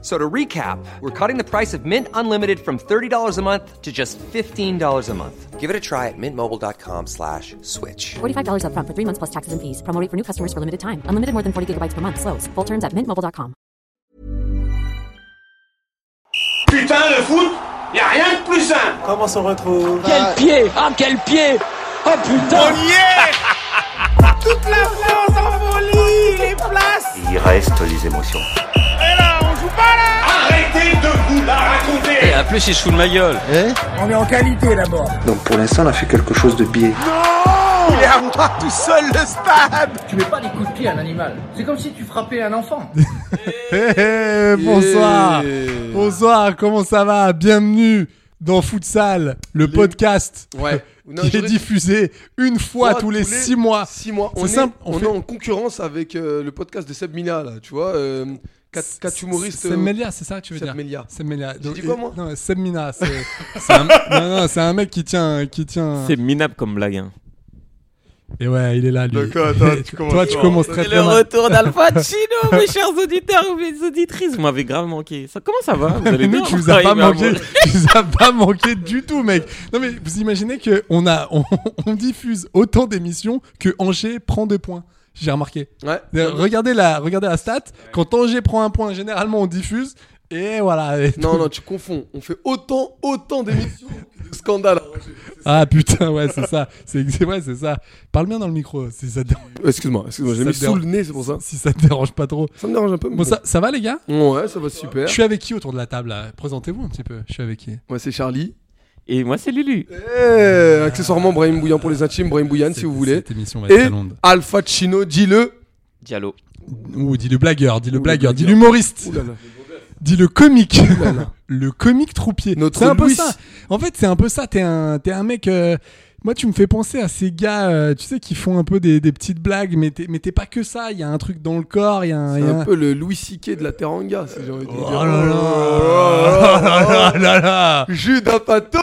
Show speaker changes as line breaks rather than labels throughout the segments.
So to recap, we're cutting the price of Mint Unlimited from $30 a month to just $15 a month. Give it a try at mintmobile.com slash switch.
$45 upfront for three months plus taxes and fees. Promo rate for new customers for limited time. Unlimited more than 40 gigabytes per month. Slows. Full terms at mintmobile.com.
Putain, le foot, y a rien de plus simple.
Comment s'en retrouve
Quel pied Ah quel pied Oh putain
y est Toute la France en folie, les places.
Il reste les émotions.
Et là, on joue pas là. Arrêtez de vous la raconter.
En plus il se fout de ma gueule
Donc pour l'instant, on a fait quelque chose de biais.
Il est à moi tout seul le stade.
Tu mets pas des coups de pied à un animal. C'est comme si tu frappais un enfant.
Hey, hey, Eh, bonsoir Bonsoir, comment ça va Bienvenue dans Futsal, le podcast
Ouais. Non,
qui est
j'aurais-
diffusé une fois tous les six mois.
Six mois.
C'est
On, est,
simple, on
on,
fait-
est en concurrence avec euh, le podcast de Seb Mina, là, tu vois. Euh, quatre, quatre humoristes.
C'est
euh,
Melia, c'est ça que tu veux
Seb
dire
Melia.
C'est Melia.
J'ai
Donc,
dit quoi,
et-
moi
Non, Seb Mina, c'est c'est un, non, non, c'est un mec qui tient, qui tient.
C'est minable comme blague. hein.
Et ouais, il est là lui.
Donc, attends, tu commences
Toi, tu
fort.
commences très
C'est
très
le
mal.
retour d'Alpha Chino, mes chers auditeurs, mes auditrices. Vous m'avez grave manqué. Ça, comment ça va Vous allez
Mais nous,
bien
tu nous as
Ouais,
pas
il m'a
manqué,
manqué.
tu nous as pas manqué du tout, mec. Non mais vous imaginez que on a, on, on diffuse autant d'émissions que Angers prend deux points. J'ai remarqué.
Ouais.
Euh, Regardez la, regardez la stat. Quand Angers prend un point, généralement on diffuse. Et voilà. Et
Non,
tout.
non, tu confonds. On fait autant, autant d'émissions de scandales.
Ah putain, ouais, c'est ça. C'est c'est- ouais, c'est ça. Parle bien dans le micro, si ça te,
Euh, Excuse-moi, excuse-moi, j'ai
Ça
mis
te
sous
dérange-
le nez, c'est pour ça.
si ça te dérange pas trop.
Ça me dérange un peu. mais
Bon, ça, ça va les gars
bon. Ouais, ça va super.
Je suis avec qui autour de la table là Présentez-vous un petit peu. Je suis avec qui
Moi, c'est Charlie.
Et moi, c'est Lulu.
Eh, accessoirement, Brahim Bouillant pour les intimes, Brahim Bouillant si
Cette-
vous voulez.
Cette émission va être
Et
très longue.
Alpha Chino, dis-le.
Diallo.
Ouh, dis le blagueur, dis le
Ouh, le
blagueur, dis
blagueur.
l'humoriste.
Ouh là là.
Dis le comique. le comique troupier.
Notre
C'est un peu
Louis.
ça. En fait, c'est un peu ça. T'es un, t'es un mec. euh, moi, tu me fais penser à ces gars, euh, tu sais, qui font un peu des, des petites blagues, mais t'es, mais t'es pas que ça. Il y a un truc dans le corps, il y a un.
C'est
il y a un-
un peu le Louis Siquet de la Teranga, si j'ai envie de
Oh
dire.
là là, oh là là là.
Judas Pato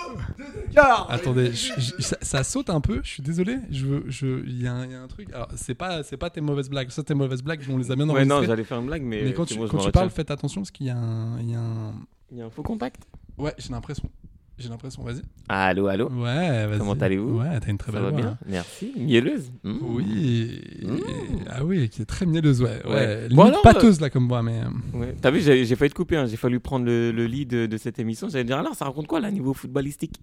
Attendez, je- je- ça, ça saute un peu. Je suis désolé. Je veux, je, il y, a un il y a un truc. Alors, c'est pas, c'est pas tes mauvaises blagues. Ça, tes mauvaises blagues, on les a bien
Ouais,
enregistrées.
non, j'allais faire une blague, mais,
mais quand
c'est
tu,
bon, je
quand
m'en
tu
retiens.
parles, faites attention parce qu'il y a un- il y a un,
Il y a un faux contact.
Ouais, j'ai l'impression. J'ai l'impression, vas-y.
Allô,
Ah,
allô.
Ouais, vas-y.
Comment allez-vous
Ouais, t'as une très
Ça
belle
va
voix.
bien
hein.
Merci. Mielleuse. Mm.
Oui. Ah oui, qui est très mielleuse, ouais. ouais.
Ouais.
Limite
Bon, alors,
pâteuse, là, comme voix, mais. euh,
Ouais. T'as vu, j'ai j'ai failli te couper. hein. J'ai fallu prendre le, le lead de, de cette émission. J'allais dire, alors, ça raconte quoi, là, niveau footballistique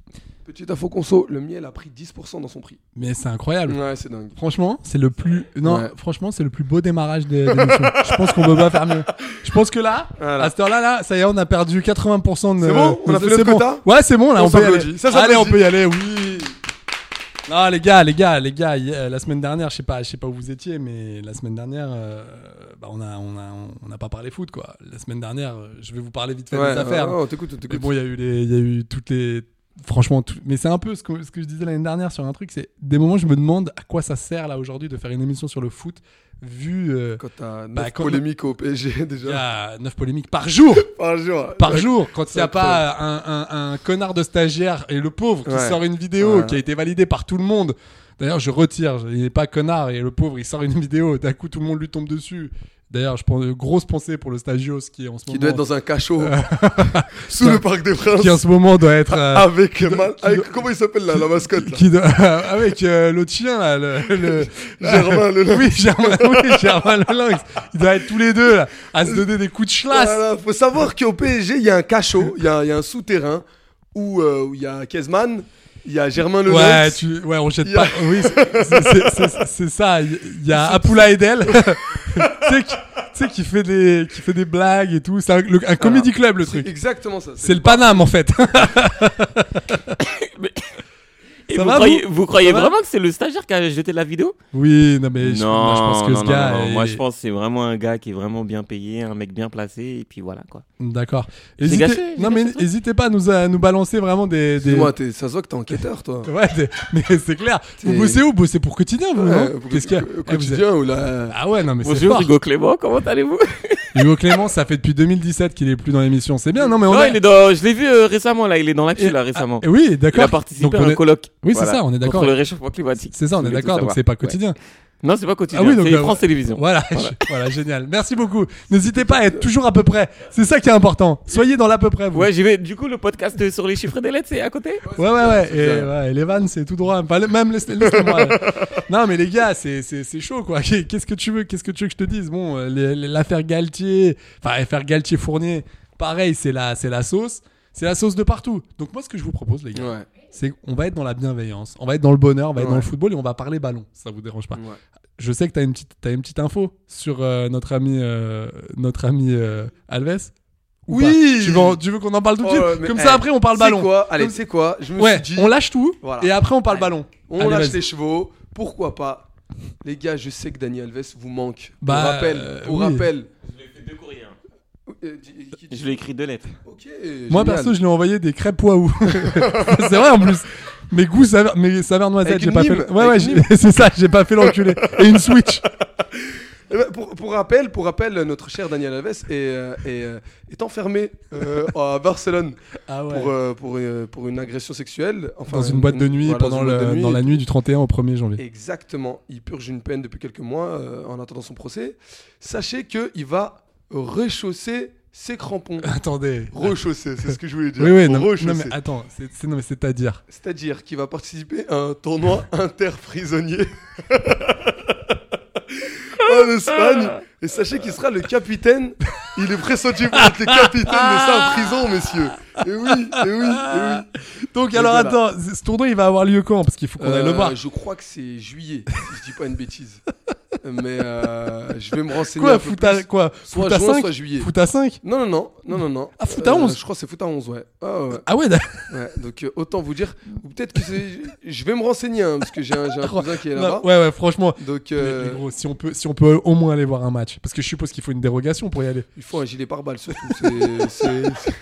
Petite info conso, le miel a pris 10% dans son prix.
Mais c'est incroyable.
Ouais, c'est dingue.
Franchement, c'est le plus. Non,
Ouais.
franchement, c'est le plus beau démarrage des. des missions. Je pense qu'on peut pas faire mieux. Je pense que là,
Voilà.
à cette heure-là, là, ça y est, on a perdu 80% de.
C'est bon On a fait
c'est
notre
bon.
quota
Ouais, c'est bon, là, on,
On
peut y
s'applaudit.
aller.
Ça, ça
Allez, on
applaudit.
peut y aller, oui. Non, les gars, les gars, les gars, hier- la semaine dernière, je sais pas, je sais pas où vous étiez, mais la semaine dernière, euh, bah, on a, on a, on a pas parlé foot, quoi. La semaine dernière, euh, je vais vous parler vite fait des affaires.
ouais, on t'écoute, on
Mais
t'écoute.
bon, il y a eu les, il y a eu toutes les, franchement, tout- mais c'est un peu ce que, ce que je disais l'année dernière sur un truc, c'est des moments, je me demande à quoi ça sert là aujourd'hui de faire une émission sur le foot, vu euh,
Quand t'as 9
Bah, quand-
polémiques au PSG
il y
déjà.
a neuf polémiques par jour.
Par jour.
par jour quand il n'y a
c'est
pas un, un- un connard de stagiaire et le pauvre qui
Ouais.
sort une vidéo
Ouais.
qui a été validée par tout le monde. D'ailleurs, je retire, il n'est pas connard et le pauvre il sort une vidéo, d'un coup tout le monde lui tombe dessus. D'ailleurs, je prends une grosse pensée pour le stagios qui est en ce
Qui
moment
doit être dans un cachot sous le Parc des Princes.
Euh, qui en ce moment doit
Ah,
être euh,
Avec, man-
qui
avec-
doit-
comment il s'appelle là, la mascotte là
qui doit- avec euh, l'autre chien là, le, le-
Germain Lelanx.
Oui, Germain, oui, Germain Lelanx. Ils doivent être tous les deux là, à se donner des coups de chlasse.
Voilà, Ah faut savoir qu'au PSG, il y a un cachot, il y a, il y a un souterrain où euh, où il y a Kezman, il y a Germain Lenox.
Ouais, tu, ouais, on jette
Il y a-
pas. Oui, c'est- c'est- c'est c'est ça. Il y a Apoula Edel. tu sais, qui- tu sais, qui fait des, qui fait des blagues et tout. C'est un, le- un comedy club, le
C'est
truc.
exactement ça.
C'est le Paname, en fait.
Et
Ça
vous,
va,
croyez,
vous
vous croyez
Ça va
vraiment que c'est le stagiaire qui a jeté la vidéo
oui, non, mais je, moi,
non,
je pense que
non,
ce
non,
gars.
non, non.
est-
Moi, je pense que c'est vraiment un gars qui est vraiment bien payé, un mec bien placé, et puis voilà quoi.
D'accord.
C'est
Hésitez-
gâché, c'est
non,
gâché,
mais
ce truc.
n'hésitez pas à nous, à nous balancer vraiment des. des...
Moi, ça se voit que t'es enquêteur, toi.
Ouais, des- mais c'est clair. Vous
C'est-
bossez où Vous bossez pour quotidien, vous,
Ouais,
non
au-
Qu'est-ce qu'il y a
au
Eh, vous êtes-
quotidien ou là euh,
Ah ouais, non, mais c'est
Bonjour
fort.
Hugo Clément, comment allez-vous
Hugo Clément, ça fait depuis 2017 qu'il est plus dans l'émission. C'est bien, non mais on
Non,
a-
il est dans... Je l'ai vu euh, récemment, là. Il est dans l'actu,
Et-
là, récemment.
Et oui,
il
d'accord.
a participé
Donc,
à
on
un
est-
colloque.
Oui, c'est ça, on est d'accord.
Contre le réchauffement climatique.
C'est ça, on
Vous
est
voulez tout
d'accord. Donc
savoir.
c'est pas
Ouais.
quotidien.
Non, c'est pas quotidien.
Ah oui, donc,
c'est
euh,
France Télévisions.
Voilà, je- voilà. génial. Merci beaucoup. N'hésitez pas à être toujours à peu près. C'est ça qui est important. Soyez dans l'à peu près. vous.
Ouais, j'y vais. Du coup, le podcast euh, sur les chiffres et des lettres, c'est à côté
Ouais, ouais, ouais. Et, ouais, et les vannes, c'est tout droit. Enfin, le- même laisse- laissez-moi. non, mais les gars, c'est, c'est, c'est chaud, quoi. Qu'est- Qu'est-ce que tu veux Qu'est-ce que tu veux que je te dise Bon, euh, les- les- l'affaire Galtier, enfin, l'affaire Galtier-Fournier, pareil, c'est la, c'est la sauce. C'est la sauce de partout. Donc, moi, ce que je vous propose, les gars,
Ouais.
c'est qu'on va être dans la bienveillance, on va être dans le bonheur, on va être dans le football et on va parler ballon. Ça vous dérange pas Je sais que t'as une petite, t'as une petite info sur euh, notre ami, euh, notre ami euh, Alves. ou
Oui.
pas tu veux, en- tu veux qu'on en parle tout de
Oh,
suite
mais,
Comme
eh,
ça, après, on parle
c'est
ballon.
quoi Allez,
Comme-
c'est quoi Je me
Ouais,
suis dit,
on lâche tout
Voilà.
et après on parle ballon.
on
Allez,
lâche
vas-y.
les chevaux. Pourquoi pas Les gars, je sais que Dani Alves vous manque.
Bah,
pour rappel,
euh,
pour
oui.
rappel.
Deux courriers. hein.
Euh, di- qui-
Je l'ai écrit deux lettres.
Ok.
Moi
génial.
perso, je lui ai envoyé des crêpes waouh. c'est vrai en plus. Mes goûts saveur, mes saveurs noisettes,
Avec
j'ai
une
pas fait.
Nîmes,
le- Ouais ouais,
avec une
j'ai- c'est ça, j'ai pas fait l'enculé et une Switch.
Eh ben, Pour, pour rappel, pour rappel, notre cher Daniel Alves est, euh, est, euh, est enfermé euh, à Barcelone
Ah
pour, euh, pour, euh, pour une agression sexuelle. Enfin,
Dans une boîte de nuit
voilà, dans
pendant
une boîte de
le- dans la nuit du 31 au 1er janvier.
Exactement. Il purge une peine depuis quelques mois euh, en attendant son procès. Sachez que il va réchausser ses crampons.
Attendez.
Rechausser, c'est ce que je voulais dire.
Oui oui, non, non,
Rechausser.
mais attends, c'est c'est- non mais c'est à dire.
C'est-à-dire qu'il va participer à un tournoi interprisonnier en Espagne. Et sachez qu'il sera le capitaine. Il est pressenti pour être le capitaine de sa prison, messieurs. Et oui, et oui, et oui.
Donc
Et
alors
voilà.
attends, ce ce tournoi il va avoir lieu quand parce qu'il faut qu'on aille le
Euh,
voir.
Je crois que c'est juillet, si je dis pas une bêtise. Mais euh, je vais me renseigner un
Quoi
peu
foot à
plus.
quoi
Soit
Foot à
juin,
5
soit juillet.
Foot à 5
Non, non, non, non, non, non.
Ah, foot à
Euh,
11.
Je crois que c'est foot à 11, ouais. Ah, ouais, ouais.
Ah ouais, d'accord.
Ouais, donc euh, autant vous dire, ou peut-être que c'est... Je vais me renseigner, hein, parce que j'ai un, j'ai un cousin qui est là-bas.
ouais ouais, franchement.
Donc
Les-
euh,
les gros, si on peut, si on peut au moins aller voir un match, parce que je suppose qu'il faut une dérogation pour y aller.
il faut un gilet pare-balles surtout. c'est- c'est- c'est-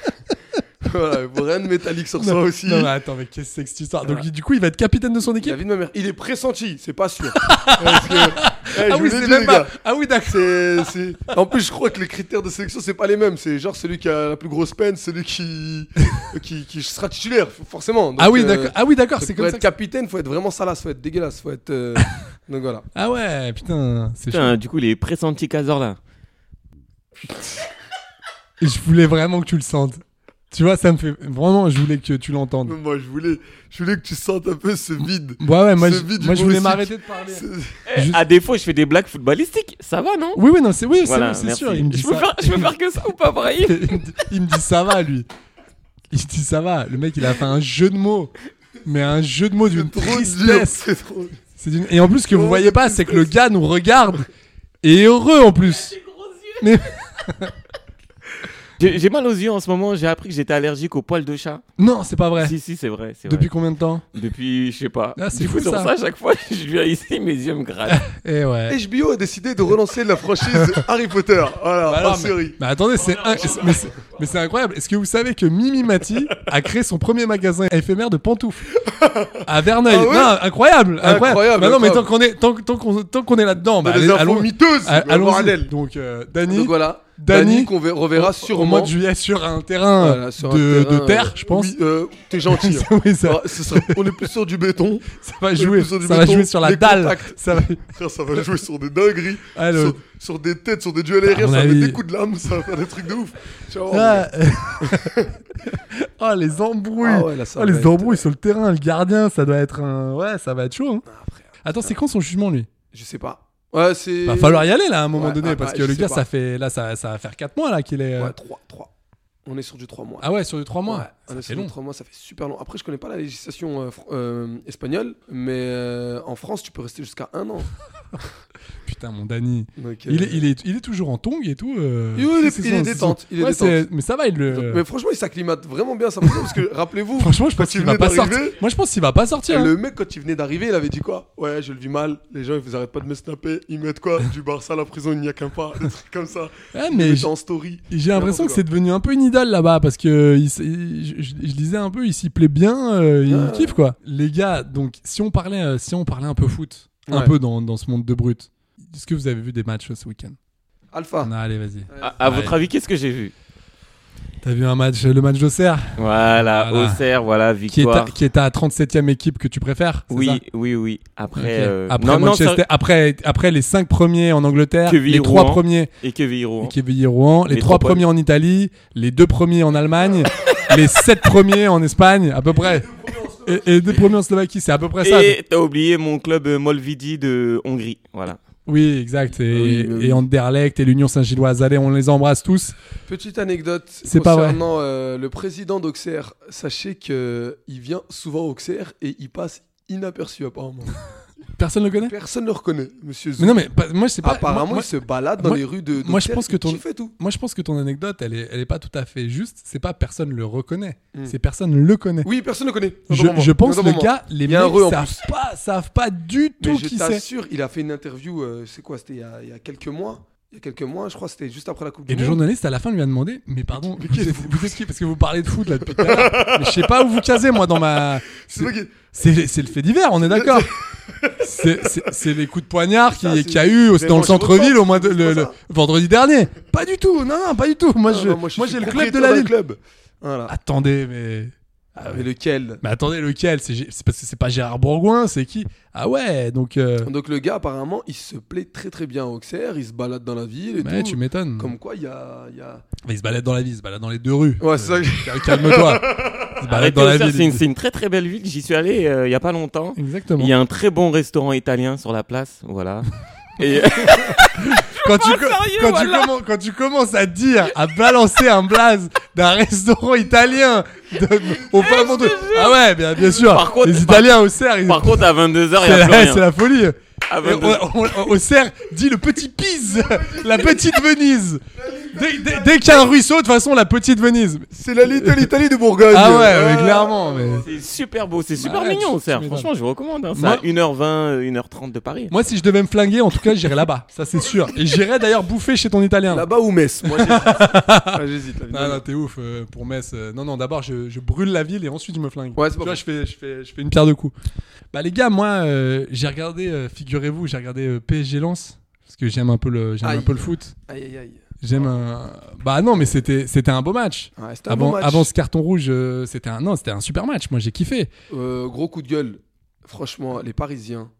voilà, il faut rien de métallique sur soi aussi.
Non bah, mais attends, mais qu'est-ce que c'est que cette histoire Donc il- du coup, il va être capitaine de son
La
équipe.
vie de ma mère, il est pressenti, c'est pas sûr. Parce que- Eh, je
Ah
vous
oui,
l'ai
c'est
dit,
même
les
pas.
gars.
Ah oui, d'accord.
C'est- c'est- En plus, je crois que les critères de sélection, c'est pas les mêmes. C'est genre celui qui a la plus grosse peine, celui qui, qui, qui sera titulaire, f- forcément. Donc,
Ah oui,
euh,
d'accord. Ah oui, d'accord.
donc
C'est
pour
comme
être
ça. que-
capitaine, faut être vraiment salace, faut être dégueulasse, faut être. euh, Donc voilà.
Ah ouais, putain, c'est chaud.
Putain, du coup, les pressentis Cazorla.
Et Je voulais vraiment que tu le sentes. Tu vois, ça me fait vraiment. Je voulais que tu l'entendes.
Moi, je voulais, je voulais que tu sentes un peu ce vide.
Ouais, ouais. Moi,
Ce
je,
vide
moi, je voulais
humoristique.
m'arrêter de parler.
Ce-
Juste-
À défaut, je fais des blagues footballistiques. Ça va, non
Oui, oui, non, c'est oui, c'est-
Voilà,
c'est
merci.
sûr. Il me dit
je, peux
ça.
faire, je peux faire que ça ou pas, Brahim
il, me dit, il me dit ça va lui. Il dit ça va. Le mec, il a fait un jeu de mots, mais un jeu de mots d'une
Trop dur,
tristesse.
c'est trop dur.
C'est d'une- Et en plus, ce que vous voyez pas, c'est que le gars nous regarde et est heureux en plus. Mais
J'ai j'ai mal aux yeux en ce moment. J'ai appris que j'étais allergique aux poils de chat.
non, c'est pas vrai.
Si, si, c'est vrai. c'est
Eh.
vrai.
Depuis combien de temps
Depuis, je sais pas.
Ah, c'est
du coup,
fou,
sur
ça.
ça, à chaque fois, je viens ici, mes yeux me grattent.
Eh ouais.
HBO a décidé de relancer la franchise Harry Potter. Voilà,
Bah
en
alors, mais,
série.
mais attendez, c'est un- mais c'est- mais c'est incroyable. Est-ce que vous savez que Mimi Mati a créé son premier magasin éphémère de pantoufles à Verneuil
Ah ouais
Non, incroyable, incroyable.
Incroyable,
Bah non, mais
incroyable.
tant qu'on est tant, tant qu'on tant qu'on est là-dedans, bah,
Dans les
allez-
infos
allons-
miteuses,
a-
le
allons-y.
bordel.
Donc euh, Dani,
Donc voilà,
Dani,
Dani qu'on ver- reverra
au- au
sûrement
mois de juillet sur un terrain
Voilà, sur un
Euh, de,
terrain,
de terre,
euh,
je pense.
Oui, euh, t'es gentil. hein.
Oui, ça,
Ah, ce sera- on est plus sur du béton.
ça va
le
jouer,
plus
ça
du
va
béton,
jouer sur la
les
dalle.
contacts.
Ça va...
Frère, ça va jouer sur des dingueries,
Ah, le-
sur, sur des têtes, sur des duels aériens,
mon
ça va
avis-
mettre des coups de lame, ça va faire des trucs de ouf. oh, Tu vas voir, mon gars.
Ah, euh, oh les embrouilles,
Ah ouais, là, ça
Oh,
va
les
être-
embrouilles sur le terrain, le gardien, ça doit être un, ouais, ça va être chaud. hein. Attends, c'est quand son jugement lui
euh, Je sais pas. Ouais, c'est.
Va falloir y aller là à un moment
Ouais,
donné
ouais,
parce
ouais,
que
je
le
sais
gars
pas.
ça fait là ça, ça va faire 4 mois là qu'il est. euh,
Ouais, 3, 3. On est sur du 3 mois.
Ah ouais sur les 3 mois.
Ouais, on
ça fait
est sur
long.
du 3 mois, ça fait super long. Après, je connais pas la législation euh, fr- euh, espagnole, mais euh, en France, tu peux rester jusqu'à un an.
Putain mon Dani.
Donc, euh,
Il est, il, est, il est toujours en tongue et tout. euh,
Il est- il est
c'est son-
détente, il est
Ouais,
détente.
c'est- Mais ça va, il le.
Mais franchement, il s'acclimate vraiment bien, ça me semble, parce que rappelez-vous.
Franchement, je
quand
pense qu'il
il
va
venait
pas
d'arriver,
sortir. Moi, je pense qu'il va pas sortir. hein.
Le mec, quand il venait d'arriver, il avait dit quoi Ouais, je le vis mal, les gens ils vous arrêtent pas de me snapper, ils mettent quoi Du Barça à la prison, il n'y a qu'un pas, des trucs comme ça.
Ouais,
Ils
Eh, mais
mettaient
j-
en story.
J'ai l'impression
N'importe
que
quoi.
c'est devenu un peu une idole là-bas parce que il s- il- je, je- je lisais un peu, il s'y plaît bien, euh, il
Ah,
kiffe quoi. Les gars, donc si on parlait, euh, si on parlait un peu foot, un
Ouais.
peu dans, dans ce monde de brut, est-ce que vous avez vu des matchs euh, ce week-end
Ah.
Alpha.
Non, allez, vas-y.
À, à votre avis, qu'est-ce que j'ai vu
T'as vu un match, euh, le match d'Auxerre
Voilà,
Voilà.
Auxerre, voilà,
qui est, ta,
victoire.
qui est ta 37e équipe que tu préfères c'est ça
Oui, oui, oui. Après,
Ok.
euh,
après,
non, non,
Manchester-
sérieux.
après, après les 5 premiers en Angleterre,
Quevilly,
les 3
Rouen.
premiers
et hein. Quevilly Rouen.
Quevilly Rouen, les
Les
3
trois premiers.
premiers en Italie, les 2 premiers en Allemagne, les 7 premiers en Espagne, à peu près. Et, et 2 premiers en Slovaquie, c'est à peu près ça.
Et t'as oublié mon club euh, Molvidi de Hongrie. Voilà.
Oui, exact. Et,
Oui, oui, oui.
et Anderlecht et l'Union Saint-Gilloise. Allez, on les embrasse tous.
Petite anecdote
C'est pas vrai.
concernant euh, le président d'Auxerre. Sachez que euh, il vient souvent à Auxerre et il passe inaperçu apparemment.
Personne ne le connaît
Personne ne le reconnaît, monsieur Zou.
Mais non, mais pas- moi, je sais pas.
Apparemment,
moi-
il se balade dans
moi-
les rues de.
moi, je
d'Auxerre,
pense que
il
ton-
kiffe et tout.
Moi, je pense que ton anecdote, elle est, elle est pas tout à fait juste. C'est pas personne le reconnaît, c'est personne le connaît.
Oui, personne ne le connaît.
Je, je pense
le
le cas, les
Il y a un
mecs
re en
savent pas, savent pas du
Mais
tout
je
qui c'est.
t'assure, il a fait une interview, euh, c'est quoi C'était il, y a- il y a quelques mois Il y a quelques mois, je crois que c'était juste après la Coupe
Et
du
le
Monde.
journaliste à la fin lui a demandé, mais pardon, vous, êtes, vous êtes qui Parce que vous parlez de foot là depuis tout à l'heure. Mais Je sais pas où vous casez moi dans ma.
C'est vrai qu'il-
C'est c'est le fait divers, on est d'accord. C'est- C'est c'est les coups de poignard
Ça,
qui
c'est-
qu'il y a eu
c'est
dans le
franchement
centre-ville
pas-
au mois de,
c'est
le,
pas
le
ça.
vendredi dernier. Pas du tout, non, non, pas du tout. Moi,
Ah,
je,
non,
moi,
je
j'ai
suis
le club de
propriétaire
la
d'un
ville.
Club. Voilà.
Attendez, mais Ah,
Et lequel
mais attendez, lequel C'est Gé- c'est parce que c'est pas Gérard Bourgoin, c'est qui Ah ouais, donc. euh,
Donc le gars, apparemment, il se plaît très très bien à Auxerre, il se balade dans la ville et
Mais
tout.
tu m'étonnes.
Comme quoi, il y a. il y a-
Mais il se balade dans la ville, il se balade dans les deux rues.
Ouais, c'est ça. que-
Euh, Calme-toi. Il se balade
Arrêtez
Ah, dans la
Auxerre, c'est une,
ville.
c'est une très très belle ville. J'y suis allé euh, il y a pas longtemps.
Exactement.
Il y a un très bon restaurant italien sur la place. Voilà. Et euh,
Quand tu, co- quand, tu commen- quand tu commences à dire, à balancer un blaze d'un restaurant italien de-
Eh,
au pavillon de. Ah ouais, bien, bien sûr.
Par contre-
les
par-
Italiens au cerf, ils-
par contre, à 22h, il y
c'est
a plus
la, c'est
rien. Ah bah,
la folie.
À
Et
22 heures.
on- on- Au cerf, dit le petit Pise, la petite Venise. Dès, dès- dès qu'il y a un ruisseau, de toute façon, la petite Venise.
C'est la Little Italy de Bourgogne.
Ah ouais,
Euh.
mais clairement. Mais...
C'est super beau, c'est super
ouais, tu-
mignon,
tu
Auxerre.
m'étonnes.
Franchement, je vous recommande. hein. C'est
Moi-
à 1h20, 1h30 de Paris.
Moi, si je devais me flinguer, en tout cas, j'irais là-bas. Ça, c'est sûr. Et j'irais d'ailleurs bouffer chez ton Italien.
Là-bas ou Metz Moi j'hésite. Ah, j'hésite. la ville
Non,
de-
non, t'es ouf euh, pour Metz. euh, non, non, d'abord je, je brûle la ville et ensuite je me flingue.
Ouais, c'est pas
tu vois,
faux.
je fais, je, fais, je fais une pierre de coups. Bah, les gars, moi, euh, j'ai regardé, euh, figurez-vous, j'ai regardé euh, PSG Lens parce que j'aime un peu le, j'aime un
Aïe.
peu le foot.
Aïe aïe aïe.
J'aime un. Bah, non, mais c'était, c'était un beau match.
Ouais, c'était Ah, un
Avant,
bon match.
avant ce carton rouge, euh, c'était un non, c'était un super match. Moi, j'ai kiffé.
Euh, gros coup de gueule. Franchement, les Parisiens.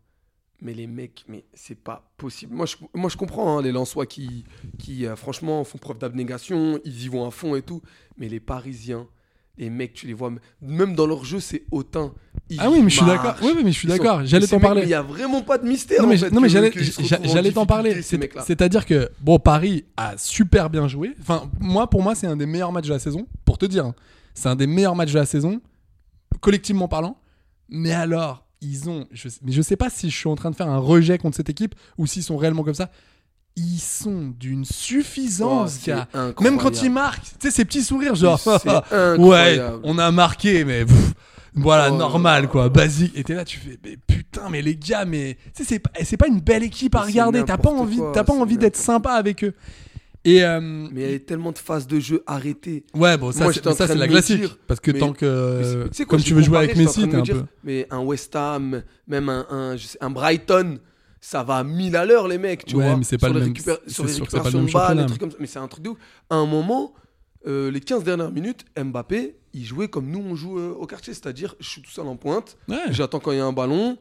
Mais les mecs, mais c'est pas possible. Moi, je, moi, je comprends hein, les Lensois qui, qui euh, franchement, font preuve d'abnégation, ils y vont à fond et tout. Mais les Parisiens, les mecs, tu les vois, m- même dans leur jeu, c'est hautain. Ils
Ah oui, mais je suis
marchent.
d'accord. Oui, oui, mais je suis
Ils sont-
d'accord. J'allais
et ces
t'en
mecs,
parler.
mais Il y a vraiment pas de mystère.
Non mais,
en fait,
non, mais
que-
j'allais,
qu'ils se
j'a-
retrouvent
j'allais t'en parler.
difficulté, ces
C'est-
mecs-là.
C'est-à-dire que bon, Paris a super bien joué. Enfin, moi, pour moi, c'est un des meilleurs matchs de la saison. Pour te dire, hein. c'est un des meilleurs matchs de la saison, collectivement parlant. Mais alors, ils ont. Je, sais- mais je sais pas si je suis en train de faire un rejet contre cette équipe ou s'ils sont réellement comme ça. Ils sont d'une
Oh,
suffisance,
c'est
gars.
incroyable.
Même quand ils marquent, tu sais, ces petits sourires, genre.
C'est incroyable.
ouais, on a marqué, mais. pff, voilà,
Oh là
normal
là.
quoi, basique. Et t'es là, tu fais, mais putain, mais les gars, mais tu sais, c'est pas- c'est pas une belle équipe à
C'est
regarder. T'as pas
n'importe
envie,
quoi,
t'as pas
c'est
envie d'être
n'importe
sympa avec eux. Et euh,
Mais il y a tellement de phases de jeu arrêtées.
ouais, bon, ça,
Moi,
c'est
j'étais en
ça,
train
c'est
de
la
me
classique.
dire,
parce que
mais-
tant que
Mais c'est-
euh,
tu sais quoi,
comme
je
tu veux jouer
comparais,
avec
j'étais en
Messi,
train de
t'es
me
un
dire,
peu.
Mais un West Ham, même un, un, je sais- un Brighton, ça va à 1000 à l'heure, les mecs, tu
Ouais,
vois.
mais c'est pas
sur
le
les
même-
récupér-
c'est
Sur les
sûr que c'est pas le
récupérations
même
de balles,
championnat.
des trucs comme ça. Mais c'est un truc de ouf. À un moment, euh, les 15 dernières minutes, Mbappé, il jouait comme nous, on joue euh, au quartier. C'est-à-dire, je suis tout seul en pointe,
Ouais.
j'attends quand il y a un ballon.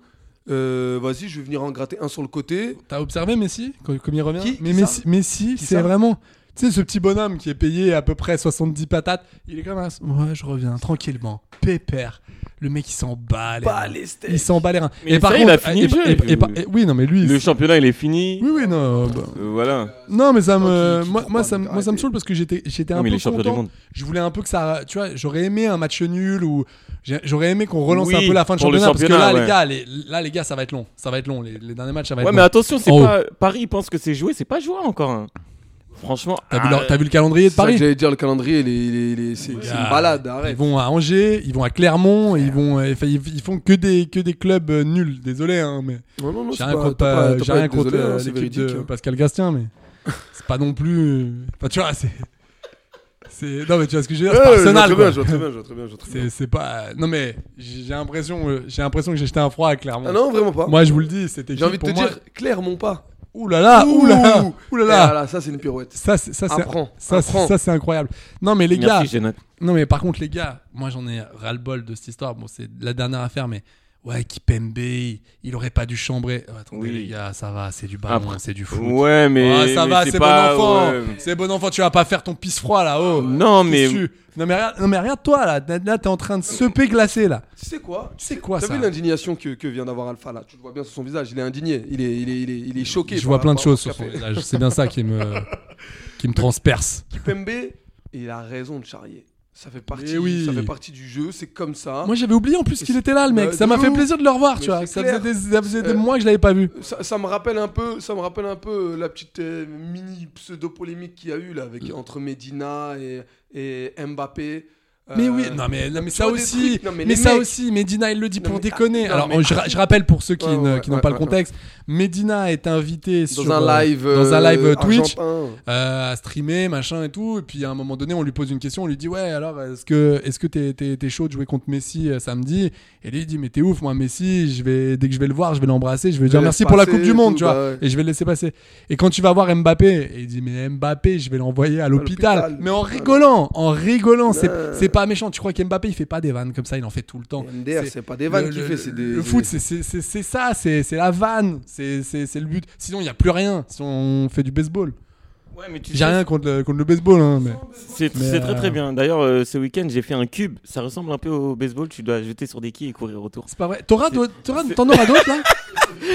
euh, Vas-y, je vais venir en gratter un sur le côté.
T'as observé Messi quand- comme il revient
Qui- qui
Mais
ça
Messi, Messi
Qui
c'est
ça
vraiment. Tu sais, ce petit bonhomme qui est payé à peu près 70 patates, il est comme un. Ouais, je reviens tranquillement, pépère. Le mec, il s'en bat les
Pas
reins.
les steaks.
Il s'en bat les reins.
Mais ça, il a fini
et-
le jeu,
et-
je-
et par- et- oui, non, mais lui.
Le
il-
championnat, il est fini.
Oui, oui, non. bah,
Euh, Voilà.
Non, mais ça
Non,
me.
tu- tu
Moi,
trouves
moi,
pas,
ça, me-
mais
moi, ça me
arrêtez.
saoule parce que j'étais j'étais un
mais il
peu.
est champion du
content.
monde.
Je voulais un peu que ça. Tu vois, j'aurais aimé un match nul ou. j'ai- J'aurais aimé qu'on relance
Oui,
un peu la fin de
pour le
championnat, parce que là,
championnat,
les
ouais.
gars, les, là, les gars, ça va être long. Ça va être long. Les, les derniers matchs, ça va être
Ouais,
long.
mais attention, c'est
En
pas. Paris pense que c'est joué, c'est pas joué encore. hein. Franchement.
T'as vu,
ah,
leur- t'as vu le calendrier de
C'est ça que
Paris
j'allais dire, le calendrier, les- les- les- c'est c'est
Ah,
une balade,
Ils
arrête.
vont à Angers, ils vont à Clermont, ils vont, euh, enfin, ils, ils font que des que des clubs euh, nuls. Désolé, hein, mais
Non, non, non,
j'ai
c'est
rien
pas-
contre, pas-
t'as pas- t'as
j'ai
pas-
rien contre
désolé, hein,
euh,
c'est
l'équipe
véridique.
de
hein.
Pascal Gastien, mais c'est pas non plus. euh, Enfin, tu vois, c'est c'est non mais tu vois ce que je veux dire, c'est
Ouais,
pas
ouais, Euh, je vois
Arsenal.
très bien,
quoi.
je vois très bien, je vois très bien, je vois très bien.
C'est c'est pas non mais j'ai j'ai l'impression euh, j'ai l'impression que j'ai jeté un froid à Clermont.
Ah non, vraiment pas.
Moi Ah, je vous le dis, c'était
J'ai envie de te dire, clairement pas.
Ouh là là, ouh là là, ouh là
Eh,
là.
voilà, ça c'est une pirouette.
Ça, c'est- ça, c'est-
Apprends,
ça, c'est-
apprends.
ça, c'est incroyable. Non, mais les gars,
Merci, Jonathan.
non, mais par contre, les gars, moi j'en ai ras-le-bol de cette histoire. Bon, c'est la dernière affaire, mais ouais, Kipembe, il il aurait pas dû chambrer. Oh, attendez,
Oui.
les gars, ça va, c'est du ballon,
Après-
c'est du foot.
Ouais, mais.
Ah, ça
mais
va, c'est bon
pas-
enfant.
ouais.
C'est bon enfant, tu vas pas faire ton pisse froid oh. là-haut.
Non, mais-
Non, mais regarde, non, mais regarde toi là, là, là, t'es en train de se glacé là.
Tu sais quoi
Tu sais quoi
T'as
ça
vu l'indignation que, que vient d'avoir Alpha là Tu le vois bien sur son visage, il est indigné, il est, il est, il est, il est choqué.
Je vois
par-
plein de
par-
choses sur
par-
son visage, c'est bien ça qui me, qui me transperce.
Kipembe, il a raison de charrier. Ça fait partie,
Mais Eh oui.
ça fait partie du jeu, c'est comme ça.
Moi j'avais oublié en plus qu'il était là le mec,
Ah. Bah,
ça
de
m'a fait
ouf.
plaisir de le revoir, tu
Mais
vois.
c'est
Ça faisait, des,
clair.
ça faisait des
Euh,
mois que je l'avais pas vu.
ça, ça me rappelle un peu, ça me rappelle un peu la petite euh, mini pseudo polémique qu'il y a eu là
Mm.
avec entre Medina et, et Mbappé. Euh,
Mais oui, non mais, non, mais
tu
ça
vois des
aussi,
trucs, non,
mais,
mais les
ça
mecs-
aussi, Medina il le dit
Non,
pour
mais-
déconner.
non,
Alors
mais- ah.
je, ra- je rappelle pour ceux qui
Ouais,
ne-
ouais,
qui n'ont
ouais,
pas le
ouais,
contexte, Medina est invité
dans
sur,
un
euh,
live,
dans un
euh,
live euh, Twitch.
argentin.
euh, à streamer, machin et tout. Et puis à un moment donné, on lui pose une question, on lui dit ouais, alors est-ce que est-ce que t'es t'es- t'es chaud de jouer contre Messi euh, samedi Et lui il dit mais t'es ouf, moi Messi, je vais dès que je vais le voir, je vais l'embrasser, je vais lui dire
laisse
merci pour la
passer
Coupe du
et
Monde,
tout,
tu vois,
bah ouais.
et je vais le laisser passer. Et quand tu vas voir Mbappé, et il dit mais Mbappé, je vais l'envoyer à l'hôpital,
l'hôpital.
mais en rigolant, en rigolant, c'est c'est pas méchant. Tu crois qu'Mbappé il fait pas des vannes comme ça, il en fait tout le temps.
Et MDR, c'est pas des vannes qu'il fait, c'est des.
Le foot, c'est- c'est c'est- c'est ça, c'est c'est la vanne, c'est c'est- c'est le but. Sinon, il n'y a plus rien. Si on fait du baseball.
Ouais, mais tu
J'ai
sais,
rien contre le, contre le baseball, hein, mais.
C'est
Mais,
c'est très
euh,
très bien. D'ailleurs, euh, ce week-end, j'ai fait un cube. Ça ressemble un peu au baseball. Tu dois jeter sur des quilles et courir autour.
C'est pas vrai. T'auras d'autres- t'auras- t'en auras d'autres là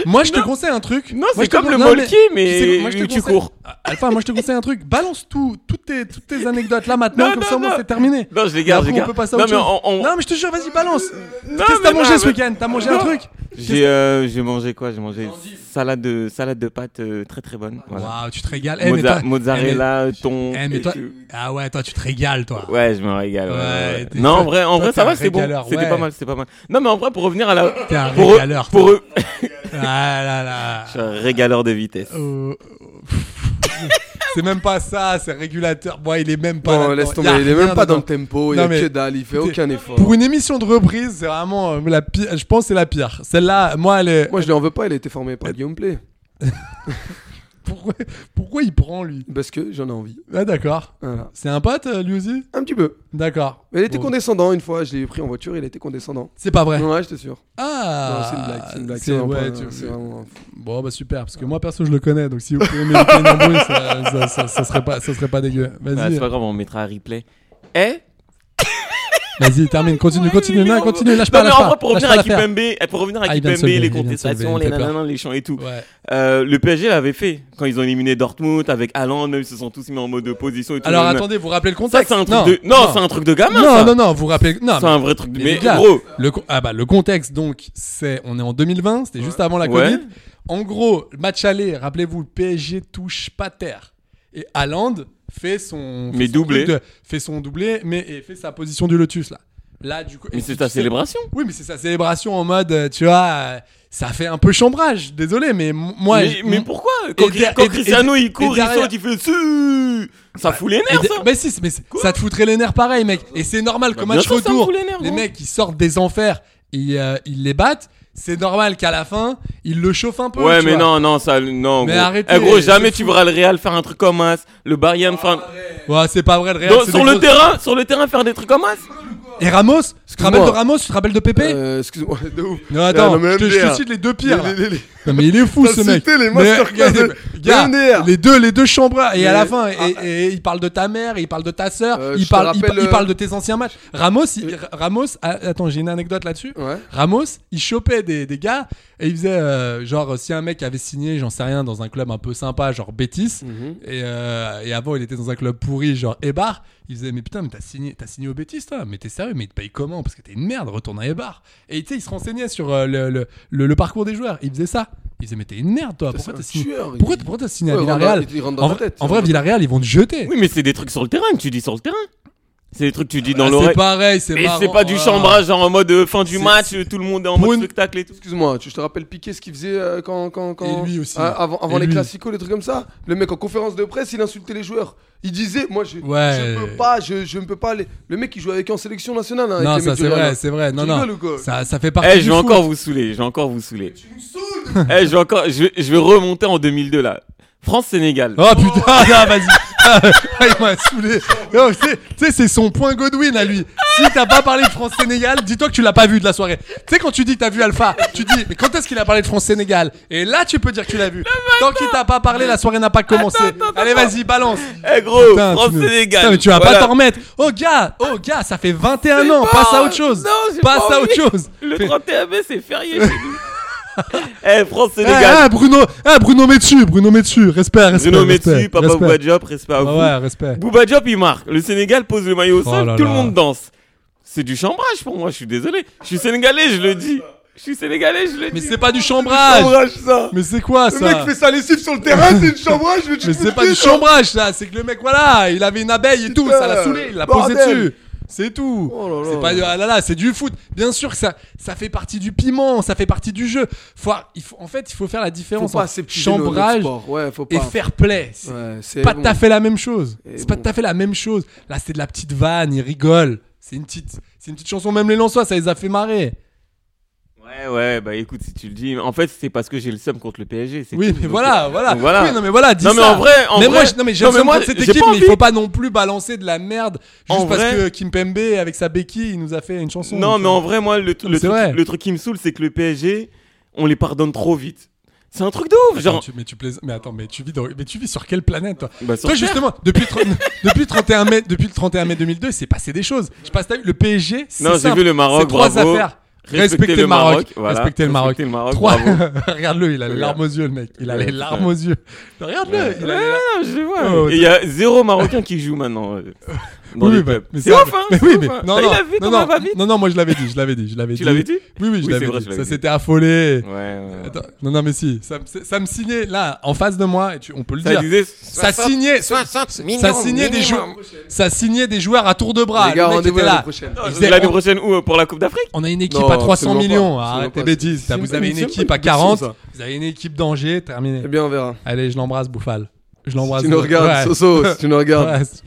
Moi je te conseille un truc.
Non,
Moi,
c'est
je te
comme
con-
le
non,
molki,
tu
mais
sais quoi, moi, je te
où tu
conseille-
cours.
Ah, Alpha, moi je te conseille un truc. Balance tout, toutes tes, toutes tes anecdotes là maintenant,
Non,
comme
non,
ça au moins,
non.
c'est terminé.
Non, je les
Et
garde,
après,
je les
on
garde.
peut passer à
Non,
autre
mais
chose.
on- on-
Non, mais je te jure, vas-y, balance.
Non,
Qu'est-ce que
mais
t'as mangé
non,
ce
mais-
week-end T'as mangé un
Non.
truc
J'ai euh, j'ai mangé quoi J'ai mangé salade de salade de pâtes euh, très très bonne. Voilà.
Waouh, tu te régales. Eh, mais
Mozza-
toi-
mozzarella, thon.
eh, mais- eh, mais
et
toi-
tout.
Ah ouais, toi tu te régales, toi.
Ouais, je me régale. ouais,
Ouais,
ouais.
t'es-
Non, en
toi-
vrai, en
toi,
vrai,
t'es
ça
un
va, c'était bon.
régaleur,
C'était
ouais.
pas mal, c'était pas mal. Non, mais en vrai, pour revenir à la.
T'es un
Pour eux,
régaleur.
pour
toi.
eux,
Ah là là.
je suis un régaleur de vitesse.
Euh, euh, c'est même pas ça, c'est régulateur. Moi, il est même pas.
Non,
là-dedans.
laisse
Y a
tomber, il est
rien
même pas dans le
dedans.
tempo, il
Non,
a
mais-
que dalle, il fait
écoutez,
aucun effort.
Pour une émission de reprise, c'est vraiment euh, la pire. Je pense que c'est la pire. Celle-là, moi, elle est.
Moi je lui en veux pas, il a été formé par Guillaume Play.
Pourquoi, pourquoi il prend lui
Parce que j'en ai envie.
Ah, d'accord.
Voilà.
C'est un pote, euh, lui aussi
Un petit peu.
D'accord.
Mais Il était
Bon.
condescendant une fois, je l'ai pris en voiture, il était condescendant.
C'est pas vrai.
Ouais, je t'assure. Non,
Ah.
c'est une blague, c'est une blague.
c'est-
C'est vraiment
ouais,
pas-
euh,
tu-
c'est vraiment-
Bon, bah super, parce que moi, perso, je le connais. Donc, si vous pouvez m'éviter une embrouille, ça, ça, ça- ça serait pas, ça serait pas dégueu.
Ah,
Vas-y,
c'est pas grave, on mettra un replay. Eh
vas-y, termine, continue,
Ouais,
continue.
mais
Non,
on-
continue, lâche
Non,
pas,
mais
lâche
en
pas.
vrai, pour
lâche
revenir
pas
à
l'affaire.
Kipembe, eh, pour revenir à
Ah, il vient de
Kipembe,
se lever, il
les
vient de se
contestations,
lever, il
les
me fait peur.
nanans, les chants et tout.
Ouais.
Euh, le PSG l'avait fait quand ils ont éliminé Dortmund avec Haaland, eux, ils se sont tous mis en mode de position et tout.
Alors
Nanana.
attendez, vous rappelez le
ça
contexte
c'est un truc de non, c'est un truc de gamin
non,
ça.
non, non, vous rappelez non,
C'est
mais-
un vrai truc de-
les
mais
gars,
gros.
le co- ah bah le contexte donc c'est on est en 2020, c'était juste avant la
Ouais.
Covid. En gros, match aller, rappelez-vous, le PSG touche pas terre et Haaland fait son fait
Mais
son
doublé.
truc de- fait son doublé mais et fait sa position du lotus là. Là du coup et
Mais c'est
tu
ta
sais-
célébration.
Oui, mais c'est sa célébration en mode euh, tu vois euh, ça fait un peu chambrage, désolé mais m- moi
mais,
je-
mais pourquoi quand,
hmm. et
Cri-
der-
quand
et-
Cristiano
et-
il court,
et
il
derrière- Bah,
saute, il fait Su ça fout les nerfs
Et
ça.
de- mais si, mais c'est- ça te foutrait les nerfs pareil, mec. Et c'est normal qu'au
Bah, bien
match
sûr, ça me
retour,
fout les nerfs, hein.
les
gros.
mecs ils sortent des enfers, ils, euh, ils les battent. C'est normal qu'à la fin, ils le chauffent un peu.
Ouais
tu
mais
vois.
non non ça non.
Mais
gros.
arrêtez,
Eh, gros
c'est
jamais
fou.
tu verras le Real faire un truc comme as, le Bayern faire un-
Ouais, c'est pas vrai le Real.
Dans-
c'est
sur
des
le
grosses-
terrain sur le terrain faire des trucs comme as.
Et Ramos, tu te
Excuse-moi.
rappelles de Ramos, tu te rappelles de Pépé
Euh, Excuse-moi, de ouf.
Non, attends,
Ah, mais
je, te, je te
MDR.
cite les deux pires.
Les-
là.
les- les-
Non, mais il est fou
T'as
ce mec.
cité les
Mais,
masterclass
gars,
de-
euh,
gars,
MDR.
les deux, les deux chambres. Et à la
Mais-
fin, et,
ah,
et- et il parle de ta mère, il parle de ta sœur,
Euh,
il
je te
parle, il,
rappelle,
il
euh,
parle de tes anciens matchs. Ramos,
euh,
il- Ramos, ah, attends, j'ai une anecdote là-dessus.
Ouais.
Ramos, il chopait des, des gars et il faisait euh, genre si un mec avait signé, j'en sais rien, dans un club un peu sympa, genre Bétis,
Mhm.
et, euh, et avant il était dans un club pourri, genre Ebar, il faisait mais putain, mais t'as signé, t'as signé au Bétis, toi, mais t'es sérieux, mais il te paye comment Parce que t'es une merde, retourne à Ebar. Et tu sais, il se renseignait sur euh, le, le, le- le parcours des joueurs, il faisait ça. Il faisait mais t'es une merde, toi, pourquoi
c'est
t'as
un
signé
tueur, il-
Pourquoi, pourquoi t'as signé à
Ouais, il rentre
Villarreal
dans- il rentre dans
En,
ta
vrai-
tête, hein.
en
il
vrai,
rentre-
Villarreal, ils vont te jeter.
Oui mais c'est des trucs sur le terrain que tu dis sur le terrain. C'est des trucs que tu dis dans E.
Ah, c'est
l'oreille.
pareil, c'est
Et
marrant.
c'est pas du
Ah.
chambrage genre en mode euh, fin du
C'est-
match, euh, tout le monde est en
Pour
mode
une-
spectacle et tout.
Excuse-moi, tu- je te rappelle Piqué ce qu'il faisait euh, quand, quand, quand-
Et lui aussi.
Ah, avant, avant
Et
les
lui.
classicos, les trucs comme ça. Le mec en conférence de presse, il insultait les joueurs. Il disait, moi je,
Ouais.
je peux pas, je, je ne peux pas aller. Le mec il joue avec eux en sélection nationale. hein,
Non,
avec les
ça
mecs du
c'est
Real,
vrai,
hein.
c'est vrai. Non,
Tu
non.
rigoles ou quoi
Ça, ça fait
Eh
partie.
je
du
vais
foot.
encore vous saouler, je vais encore vous saouler. Eh, je, vais encore, je, vais, je vais remonter en 2002 là. France-Sénégal.
Oh putain, non, vas-y. Ah, il m'a saoulé. Non, Tu sais- tu sais, c'est son point Godwin à lui. Si t'as pas parlé de France-Sénégal, dis-toi que tu l'as pas vu de la soirée. Tu sais, quand tu dis que t'as vu Alpha, tu dis, mais quand est-ce qu'il a parlé de France-Sénégal Et là, tu peux dire que tu l'as vu. Tant qu'il t'a pas parlé, la soirée n'a pas commencé. Allez, vas-y, balance.
Eh gros,
Putain, tu nous-
France-Sénégal.
Putain, mais tu vas
Voilà.
pas t'en remettre. Oh gars, oh gars, ça fait 21 ans.
pas-
Passe à autre chose.
Ah, Non, j'ai
Passe
pas
à autre
envie.
chose.
Le 31 mai, c'est férié chez nous. Eh,
Eh,
France-Sénégal.
ah, Bruno, ah, Bruno Metsu, Bruno Metsu, respect, respect.
Bruno
respect,
Metsu, Papa
respect.
Bouba Diop, respect à vous.
Ah ouais, respect.
Bouba Diop, il marque. Le Sénégal pose le maillot au
Oh
sol,
là
tout
là.
le monde danse. C'est du chambrage pour moi, je suis désolé. Je suis sénégalais, je le dis. Ah, Je suis sénégalais, je le
Mais
dis.
c'est pas du chambrage.
Chambrage, ça.
Mais c'est quoi
Le mec
ça
fait sa lessive sur le terrain, c'est une chambrage, je vais te
Mais c'est pas du chambrage ça, c'est que le mec voilà, il avait une abeille et tout,
Putain,
ça l'a saoulé, il l'a posé
bordel.
dessus. C'est tout.
Oh là là.
C'est pas du- ah là là, c'est du foot. Bien sûr que ça ça fait partie du piment, ça fait partie du jeu. Faut il faut en fait, il faut faire la
hein. Faut
différence
pas
entre
aseptiser nos- notre
chambrage
sport. Ouais, faut pas.
et fair play. C'est
Ouais, c'est
pas
bon.
tout à fait la même chose.
Et
C'est pas
bon.
tout à fait la même chose. Là, c'est de la petite vanne, il rigole. C'est une petite c'est une petite chanson même les Lensois, ça les a fait marrer.
Ouais, ouais, bah écoute, si tu le dis. En fait, c'est parce que j'ai le seum contre le PSG. c'est
Oui,
tout.
mais
Donc, euh,
voilà, voilà.
donc voilà.
Oui, non, mais voilà, dis
Non, mais
ça.
en vrai- en
mais moi,
vrai-
je- non, mais j'ai
non,
le
mais
seum
moi,
contre cette
j'ai
équipe,
pas
mais il faut
envie.
pas non plus balancer de la merde juste
En
parce
vrai-
que Kim Pembe, avec sa béquille, il nous a fait une chanson.
Non, mais en vrai, moi, le,
Non,
le,
mais c'est vrai.
truc, le truc qui me saoule, c'est que le PSG, on les pardonne trop vite. C'est un truc de ouf.
Attends,
Genre,
tu- mais tu plaisantes- mais attends, mais tu vis dans- mais tu vis sur quelle planète toi
Bah, sur
Toi
Terre.
justement, depuis, le tre- depuis le 31 mai, depuis le 31 mai 2002, il s'est passé des choses. Je passe t'as vu, le PSG, c'est
Non, j'ai
simple.
vu le Maroc,
C'est trois
bravo.
affaires.
Respecter
Respecter
le
le Maroc,
Maroc, voilà.
respecter le Maroc.
Respecter le Maroc,
Trois-
bravo.
Regarde-le, il a les larmes aux yeux, le mec. Il a
Ouais,
les
putain.
larmes aux yeux. Regarde-le, il a les larmes.
Ah, je vois.
Oh,
Et il y a zéro Marocain qui joue maintenant. euh, dans
Oui,
les
bah,
clubs.
mais
C'est
ça-
ouf, hein.
mais
c'est
oui,
ouf,
mais
hein.
non,
T'as-
non,
il a vu
non,
Thomas
non,
Papy
non, non, moi je l'avais dit, je l'avais dit, je l'avais dit.
Tu l'avais dit
Oui, oui, je
Oui,
l'avais
c'est vrai,
dit.
je l'avais
Ça
dit.
s'était affolé.
Ouais, ouais.
Attends, non, non, mais si, ça, me- ça me signait là, en face de moi, et tu, on peut le
Ça
dire.
disait
ça signait, ça signait des joueurs, ça signait des joueurs à tour de bras.
Les gars,
le mec
rendez-vous
était
l'année
là.
prochaine.
Il disait,
l'année
on-
prochaine ou euh, pour la Coupe d'Afrique
On a une équipe
Non,
à 300
absolument
millions.
pas, absolument
Arrête tes
pas.
bêtises.
C'est une
Vous avez une
émission,
équipe à
une émission,
40.
ça.
Vous avez une équipe d'Angers. Terminé.
Eh bien, on verra.
Allez, je l'embrasse, Bouffal. Je l'embrasse.
Tu nous regardes,
Ouais.
Soso, si tu nous regardes.
Ouais, c'est-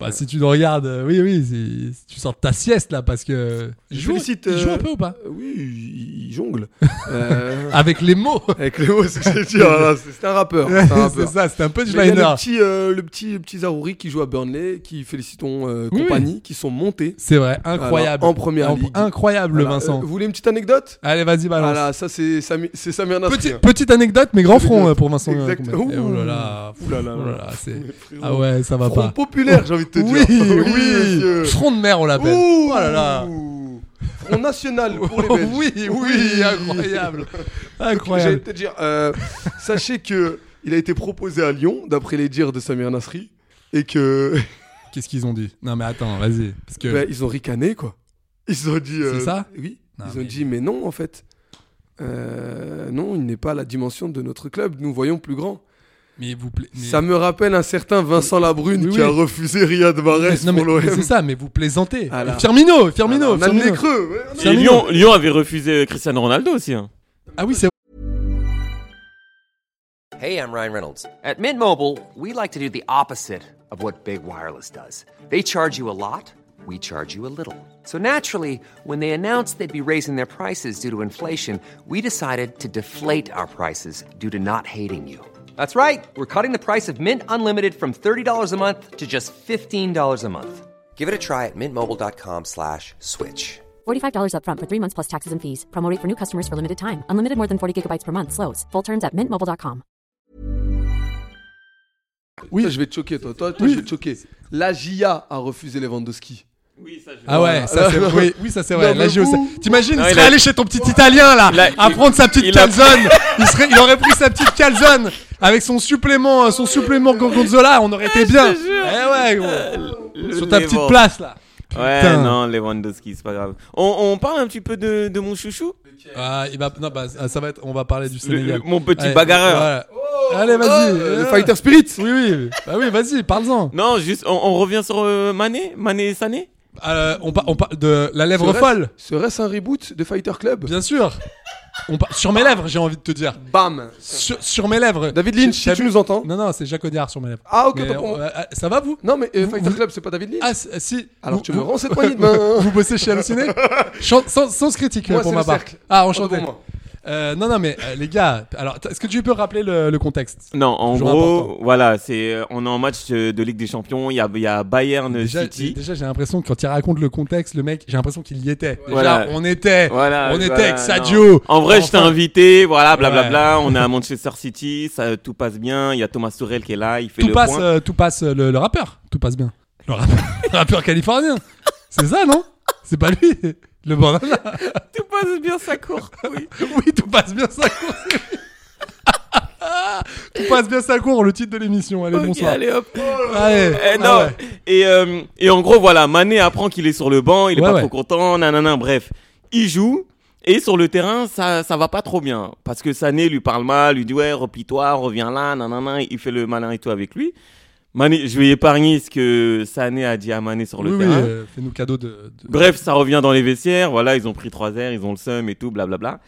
bah, si tu nous regardes, euh, oui, oui, si, si tu sors de ta sieste là, parce que.
Je
Il joue-
félicite,
il joue
euh,
un peu ou pas
Euh, Oui, il il jongle. Euh,
Avec les mots
Avec les mots, c'est ce que je veux dire. Voilà, C'est c'est un rappeur. C'est un
C'est
rappeur.
ça, c'est un peu de
Mais Il y
Schneider.
a le petit, euh, le petit, le petit Zarouri qui joue à Burnley, qui félicitons euh,
Oui,
compagnie, qui sont montés.
C'est vrai, incroyable.
Alors, en première ligue.
Incroyable,
Voilà. Euh,
Vincent.
vous voulez une petite anecdote
Allez, vas-y, balance.
Voilà, ça c'est Sami- c'est Samir Nasri.
Petit- petite anecdote, mais grand
Petite
front
anecdote.
euh, pour Vincent. euh,
Exact.
Combe.
Ouh.
Eh, Oh là là.
Ouh là là.
Oh là là, c'est- Ah ouais, ça va
Front
pas.
populaire, j'ai envie de te
oui,
dire.
oui,
monsieur.
Front de mer, on l'appelle.
Ouh
Oh là là.
Front national pour les Belges.
oui, oui, incroyable.
J'allais
Incroyable.
peut-être dire, euh, sachez que il a été proposé à Lyon, d'après les dires de Samir Nasri, et que
Qu'est-ce qu'ils ont dit Non, mais attends, vas-y. Parce que.
bah, ils ont ricané quoi. Ils ont dit. euh,
C'est ça
Oui.
Non,
ils ont
mais-
dit mais non en fait. Euh, non, il n'est pas la dimension de notre club. Nous voyons plus grand.
Mais vous pla- mais-
Ça me rappelle un certain Vincent Labrune
Oui,
qui
oui.
a refusé Riyad
mais-
Mahrez
non, mais-
pour l'OM.
mais c'est ça, mais vous plaisantez.
Ah là.
Firmino, Firmino,
on a le nez
Firmino.
creux. ouais, on a-
Et
hein.
Lyon, Lyon avait refusé euh, Cristiano Ronaldo aussi. hein.
Ah oui, c'est
Hey, I'm Ryan Reynolds. At Mint Mobile, we like to do the opposite of what Big Wireless does. They charge you a lot, we charge you a little. So naturally, when they announced they'd be raising their prices due to inflation, we decided to deflate our prices due to not hating you. That's right. We're cutting the price of Mint Unlimited from $30 a month to just $15 a month. Give it a try at mintmobile.com slash switch.
$45 upfront for three months plus taxes and fees. Promo rate for new customers for limited time. Unlimited more than 40 gigabytes per month. Slows. Full terms at mintmobile.com.
Oui.
Toi, je vais te choquer, toi. Toi, toi, je vais te choquer. La JA a refusé les ventes de ski.
Ah ouais, ça c'est
Non,
oui, oui, ça c'est vrai.
mais
Là, je
vous-
sais. T'imagines, il
Non, il
serait
a-
allé chez ton petit italien là,
Il a-
à
il-
prendre sa petite
il a-
calzone. il serait il aurait pris sa petite calzone avec son supplément euh, son supplément gorgonzola, on aurait
Ah,
été bien. Eh ouais,
Euh,
gros. Sur ta
les
petite
vents.
place là.
Ouais,
Putain.
non, Lewandowski, c'est pas grave. On, on parle un petit peu de, de mon chouchou
Ah, il va non bah ça va être on va parler du
Le- le-
Sénégal.
Mon petit
Allez,
bagarreur. Oh.
voilà. Allez, vas-y.
Euh,
euh,
le Fighter Spirit.
Oui oui. Bah oui, vas-y, parle-en.
Non, juste, on, on revient sur euh, Mané Mané et Sané
Euh, on par- on parle de la lèvre
Serait-ce-
folle,
Serait-ce un reboot de Fighter Club
bien sûr. On par- sur mes lèvres, j'ai envie de te dire.
Ah,
Bam.
Sur, sur mes lèvres.
David Lynch, si
T'as
tu
vu-
nous entends.
Non, non, c'est Jacques Audiard sur mes lèvres.
Ah, ok,
Mais,
attends, on-
euh, euh, ça va vous
Non, mais euh, Fighter
vous-
Club, c'est pas David Lynch.
Ah, c- euh, si.
Alors,
Vous-
tu me
vous-
rends cette poignée de main. hein
Vous bossez chez Halluciné Chan- sans, sans se critique
Moi,
pour
c'est
ma
le
part.
cercle.
Ah,
Pardon
enchanté.
pour moi.
Euh, non, non, mais euh, les gars, alors, t- est-ce que tu peux rappeler le, le contexte
Non, en
Toujours
gros,
important.
voilà, c'est euh, on est en match euh, de Ligue des Champions. Il y a, il y a Bayern
Déjà,
City.
déjà, j'ai l'impression que quand il raconte le contexte, le mec, j'ai l'impression qu'il y était. Déjà,
Voilà.
on était,
Voilà,
on était
voilà,
avec
non.
Sadio.
En vrai, je t'ai
Enfin,
invité, voilà, blablabla. On est à Manchester City, ça, tout passe bien. Il y a Thomas Tourelle qui est là, il fait
Tout
le
passe,
point.
euh, tout passe euh, le, le rappeur. Tout passe bien. Le rappeur, le rappeur californien. C'est ça, non C'est pas lui Le bandana.
Tout passe bien, ça court. Oui.
Oui, tout passe bien, ça court. c'est lui. tout passe bien, ça court, le titre de l'émission. Allez,
Ok,
bonsoir.
allez, hop.
Allez. Ah
Eh, non.
ouais.
et, euh, et en gros, voilà, Mané apprend qu'il est sur le banc, il est
Ouais,
pas
ouais.
trop content, nanana, bref. Il joue, et sur le terrain, ça, ça va pas trop bien. Parce que Sané lui parle mal, lui dit ouais, replie-toi, reviens là, nanana, il fait le malin et tout avec lui. Mané, je vais épargner ce que Sané a dit à Mané sur le
Oui, oui,
terrain.
euh, fais-nous cadeau de. de-
Bref, ça revient dans les vestiaires. Voilà, ils ont pris 3 airs, ils ont le seum et tout, blablabla.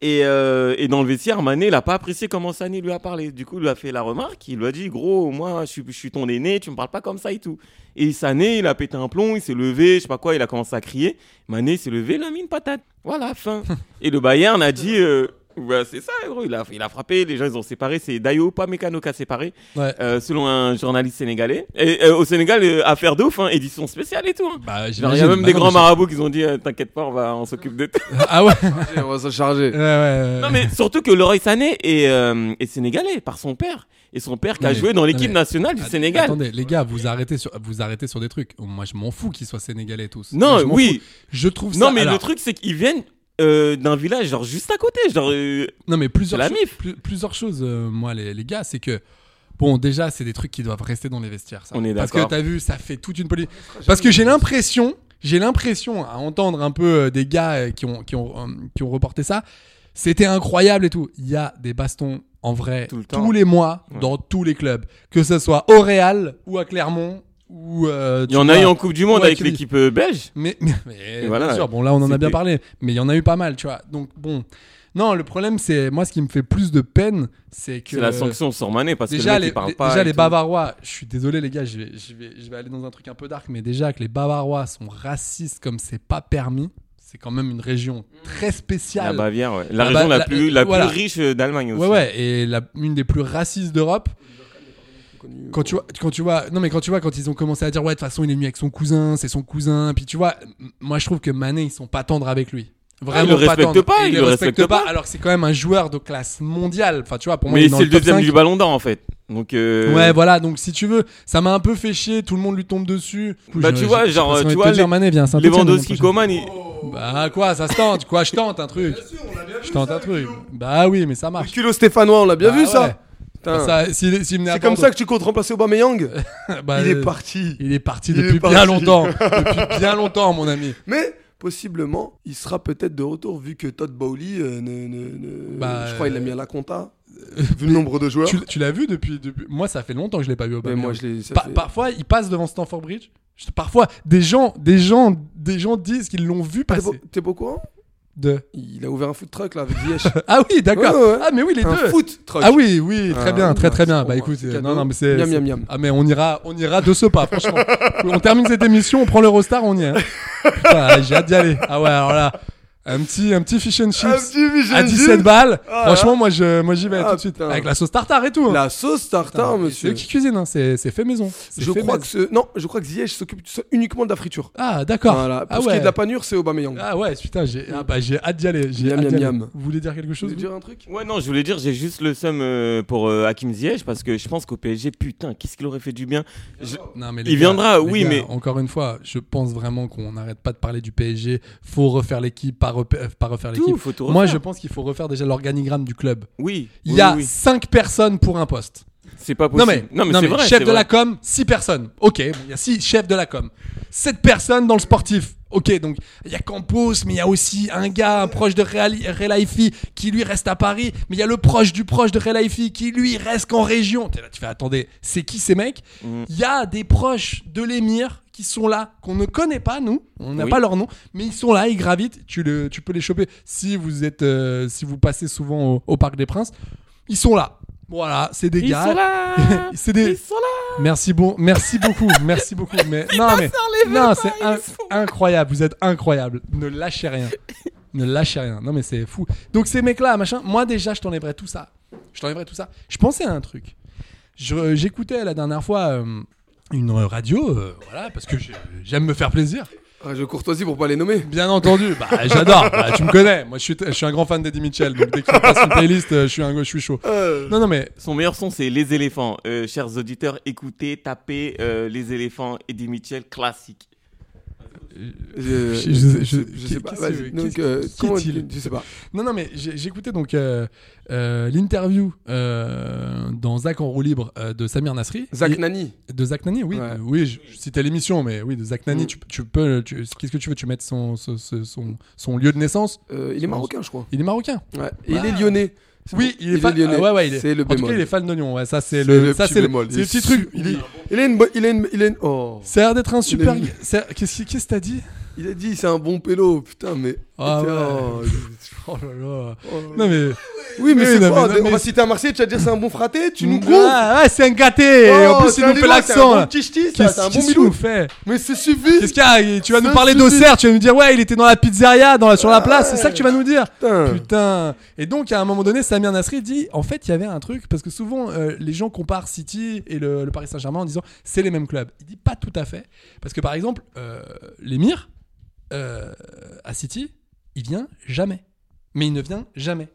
Et, euh, et dans le vestiaire, Mané, il a pas apprécié comment Sané lui a parlé. Du coup, il lui a fait la remarque. Il lui a dit, gros, moi, je suis, je suis ton aîné, tu me parles pas comme ça et tout. Et Sané, il a pété un plomb, il s'est levé, je sais pas quoi, il a commencé à crier. Mané s'est levé, il a mis une patate. Voilà, fin. et le Bayern a dit, euh, bah, c'est ça, gros, il a, il a frappé, les gens, ils ont séparé. C'est Dayo Upamecano qui a séparé.
Ouais.
Euh, selon un journaliste sénégalais. Et euh, au Sénégal, euh, affaire de ouf, hein, édition spéciale et tout. hein.
Bah,
Genre, il y a
j'imagine.
même
Bah
des
non,
grands
mais-
marabouts qui ont dit euh, T'inquiète pas, on, va, on s'occupe de tout.
Ah ouais.
Et on va s'en charger.
Ouais, ouais, ouais.
non, mais surtout que Leroy Sané est, euh, est sénégalais par son père. Et son père qui
Non,
a
mais-
joué dans l'équipe
non, mais-
nationale du
Att-
Sénégal.
Attendez, les gars, vous arrêtez sur, vous arrêtez sur des trucs. Moi, je m'en fous qu'ils soient sénégalais tous.
Non,
Je m'en
oui.
fous. Je trouve ça.
Non, mais
alors,
le truc, c'est qu'ils viennent euh, d'un village, genre juste à côté. Genre, euh,
Non, mais plusieurs,
c'est la
cho-
mif.
plus- plusieurs choses, euh, moi, les, les gars, c'est que. Bon, déjà, c'est des trucs qui doivent rester dans les vestiaires. Ça.
On est
Parce que
d'accord.
t'as vu, ça fait toute une politique. Parce que j'ai l'impression, j'ai l'impression à entendre un peu euh, des gars euh, qui ont, qui ont, euh, qui ont reporté ça. C'était incroyable et tout. Il y a des bastons en vrai
Tout le temps.
tous les mois
Ouais.
dans tous les clubs, que ce soit au Real ou à Clermont ou. euh,
il y
tu
en a eu
vois,
en Coupe du Monde
Ouais,
avec
tu dis-
l'équipe euh, belge.
Mais, mais- mais
voilà,
bien sûr, bon là on en a
c'était-
bien parlé, mais il y en a eu pas mal, tu vois. Donc bon, non, le problème c'est moi ce qui me fait plus de peine, c'est que
C'est la sanction sur Mané parce
déjà
que le mec,
les,
il parle
les-
pas.
déjà
et
les
tout.
Bavarois, je suis désolé les gars, je vais, je vais je vais aller dans un truc un peu dark, mais déjà que les Bavarois sont racistes comme c'est pas permis, c'est quand même une région très
La
spéciale.
Bavière, ouais.
La
La région
Ba-
la
la-
plus la
voilà.
plus riche euh, d'Allemagne aussi.
ouais ouais, et la, une des plus racistes d'Europe. Quand tu vois, quand tu vois, non mais quand tu vois, quand ils ont commencé à dire ouais, de toute façon il est venu avec son cousin, c'est son cousin, puis tu vois, m- moi je trouve que Mané ils sont pas tendres avec lui. Vraiment
ils Ah, le respectent
tendres.
pas,
Ils
ils
le
le
respectent
respectent
pas,
pas.
Alors que c'est quand même un joueur de classe mondiale. Enfin tu vois, pour moi. il
Mais
est dans
c'est le
top
deuxième
5.
du Ballon d'Or en fait. Donc euh,
Ouais voilà donc si tu veux ça m'a un peu fait chier tout le monde lui tombe dessus.
Bah, tu vois, genre, tu vois, les-
Mané vient à
Lewandowski, Coman, il-
Bah quoi ça se tente quoi je tente un truc. Je tente un truc. Bah oui mais ça
Le
marche.
culot stéphanois, on l'a bien
Bah
vu
ouais.
ça. Putain.
Ça, s'il- s'il venait à
C'est comme
Bordeaux-
ça que tu comptes remplacer Aubameyang
Bah,
Il
euh,
est parti.
Il est parti
Il est
depuis
parti.
bien longtemps. depuis bien longtemps, mon ami.
Mais possiblement, il sera peut-être de retour vu que Todd Bowley, euh, ne, ne- ne-
Bah,
je crois, il a
euh,
mis à la compta. Vu le nombre de joueurs.
Tu, tu l'as vu depuis, depuis. Moi, ça fait longtemps que je l'ai pas vu au
Mais moi, je l'ai. ça fait-
Parfois, il passe devant Stanford Bridge. Je- Parfois, des gens, des gens, des gens disent qu'ils l'ont vu
T'es pas-
passer.
T'es pas au courant
De...
Il a ouvert un food truck là avec Ziyech.
Ah oui, d'accord.
Ouais, ouais, ouais.
Ah mais oui, les
un
deux.
food truck.
Ah oui, oui, très
Ah,
bien, très très bien.
c'est
Bah
bon,
écoute,
c'est
euh,
cadeau.
non, non, mais c'est.
Miam,
c'est-
miam, miam.
Ah mais on ira, on ira de ce pas, franchement. on termine cette émission, on prend l'Eurostar, on y est. hein. Putain, j'ai hâte d'y aller. Ah ouais, alors là, un petit, un petit fish and chips.
Un petit fish
à
and
17
chips.
balles.
Ah,
Franchement, moi, je, moi, j'y vais
Ah,
tout de suite.
putain.
Avec la sauce tartare et tout. hein.
La sauce tartare,
Putain, C'est
monsieur.
eux qui cuisinent, hein. c'est, c'est fait maison. C'est
Je
fait
crois
maison.
que ce... non, je crois que Ziyech s'occupe seul- uniquement de la friture.
Ah, d'accord.
Voilà. Pour
ah,
ce qui est
ouais.
de la panure, c'est Aubameyang.
ah ouais, putain, j'ai, ah, bah, j'ai hâte d'y aller. J'ai
Miam,
hâte d'y
miam,
aller.
miam.
Vous voulez dire quelque
Je
chose
veux
vous
dire un truc
Ouais, non, je voulais dire, j'ai juste le seum euh, pour euh, Hakim Ziyech parce que je pense qu'au PSG, putain, qu'est-ce qu'il aurait fait du bien. Je-
Non, mais
Il viendra,
les
oui, mais-
Encore une fois, je pense vraiment qu'on n'arrête pas de parler du PSG. Faut refaire l'équipe, pas, repa- euh, pas refaire
Tout,
l'équipe.
faut tout
Moi,
refaire.
je pense qu'il faut refaire déjà l'organigramme du club.
Oui,
Il
oui,
y a
oui, oui.
5 personnes pour un poste.
c'est pas
Non
possible.
mais, non,
c'est
mais
vrai.
chef
c'est
de
vrai.
la com, 6 personnes. Ok, bon, il y a 6 chefs de la com. 7 personnes dans le sportif. Ok, donc il y a Campos, mais il y a aussi un gars, un proche de Relaifi, qui lui reste à Paris, mais il y a le proche du proche de Relaifi, qui lui reste qu'en région. T'es là, tu fais, attendez, c'est qui ces mecs Il
Mm.
y a des proches de l'émir qui sont là, qu'on ne connaît pas, nous, on n'a
Oui.
pas leur nom, mais ils sont là, ils gravitent, tu, le, tu peux les choper. Si vous, êtes, euh, si vous passez souvent au, au Parc des Princes, ils sont là. Voilà, c'est des
Ils
gars.
sont là
C'est des-
Ils sont là
Merci, bon, merci beaucoup, merci beaucoup.
hein,
Mais non, mais non, c'est in- incroyable. Vous êtes incroyable. Ne lâchez rien. Ne lâchez rien. Non, mais c'est fou. Donc, ces mecs-là, machin, moi déjà, je t'enlèverais tout ça. Je t'enlèverais tout ça. Je pensais à un truc. Je- J'écoutais la dernière fois euh, une euh, radio, euh, voilà, parce que j'ai- j'aime me faire plaisir.
Radio Ah, Courtoisie pour pas les nommer.
Bien entendu, bah, j'adore. Bah, tu me connais. Moi, je suis, je suis un grand fan d'Eddie Mitchell. Donc, dès qu'il passe une playlist, euh, je suis, un, je suis chaud.
Euh.
Non, non, mais
Son meilleur son, c'est Les éléphants. Euh, chers auditeurs, écoutez, tapez euh, Les éléphants, Eddie Mitchell, classique.
Je,
Je- je- je-
je sais pas.
qu'est-ce que-
Vas-y. Donc,
qu'est-ce-
euh,
qu'est-il
comment- Je sais pas.
Non, non, mais j'ai- j'écoutais donc euh, euh, l'interview euh, dans Zach en roue libre euh, de Samir Nasri.
Zach
Et-
Nani.
De Zach Nani, oui.
Ouais.
de- oui, je, je citais l'émission, mais oui, de Zach Nani,
Mm.
tu, tu peux. tu- Qu'est-ce que tu veux Tu mets son, ce- ce- son, son lieu de naissance
Euh, il est marocain, je crois.
Il est marocain.
Ouais. Bah, Et Il est lyonnais. C'est
Oui,
bon.
il est, fan.
lyonnais.
ah ouais, ouais, il est-
C'est le
en tout cas,
bémol.
il est fan de Lyon. Ouais, ça, c'est
C'est
le,
le
ça,
petit
c'est le,
bémol.
c'est
Il
le
est
petit
su-
truc.
il est- Il a une, bo- il a une, il a une- oh.
Ça a l'air d'être un super.
est-
c'est- Qu'est-ce qui- qu'est-ce que t'as dit
Il a dit c'est un bon pélo, putain, mais.
Ah ouais.
Oh,
Oh là là.
oh.
Non mais.
Oui, mais
Oui,
c'est
non,
quoi
mais-
On
non, mais-
va citer un Marseillais, tu vas dire c'est un bon fraté, tu nous gonfles
ah, ouais, c'est un gâté.
Oh,
en plus,
c'est
il
un
nous fait
Lillois,
l'accent
C'est un
là.
bon petit ch'ti, ça, c'est
Qu'est-ce
un bon
qu'est-ce que vous
milou.
faites
Mais c'est suffit
Qu'est-ce qu'il y a Tu vas nous
Ça
parler
suffit.
d'Auxerre, tu vas nous dire ouais, il était dans la pizzeria, dans la, sur la place,
ouais.
c'est ça que tu vas nous dire
Putain.
Putain. Et donc à un moment donné, Samir Nasri dit en fait, il y avait un truc parce que souvent euh, les gens comparent City et le, le Paris Saint-Germain en disant c'est les mêmes clubs. Il dit pas tout à fait parce que par exemple, euh, l'émir euh, à City, il vient jamais. Mais il ne vient jamais.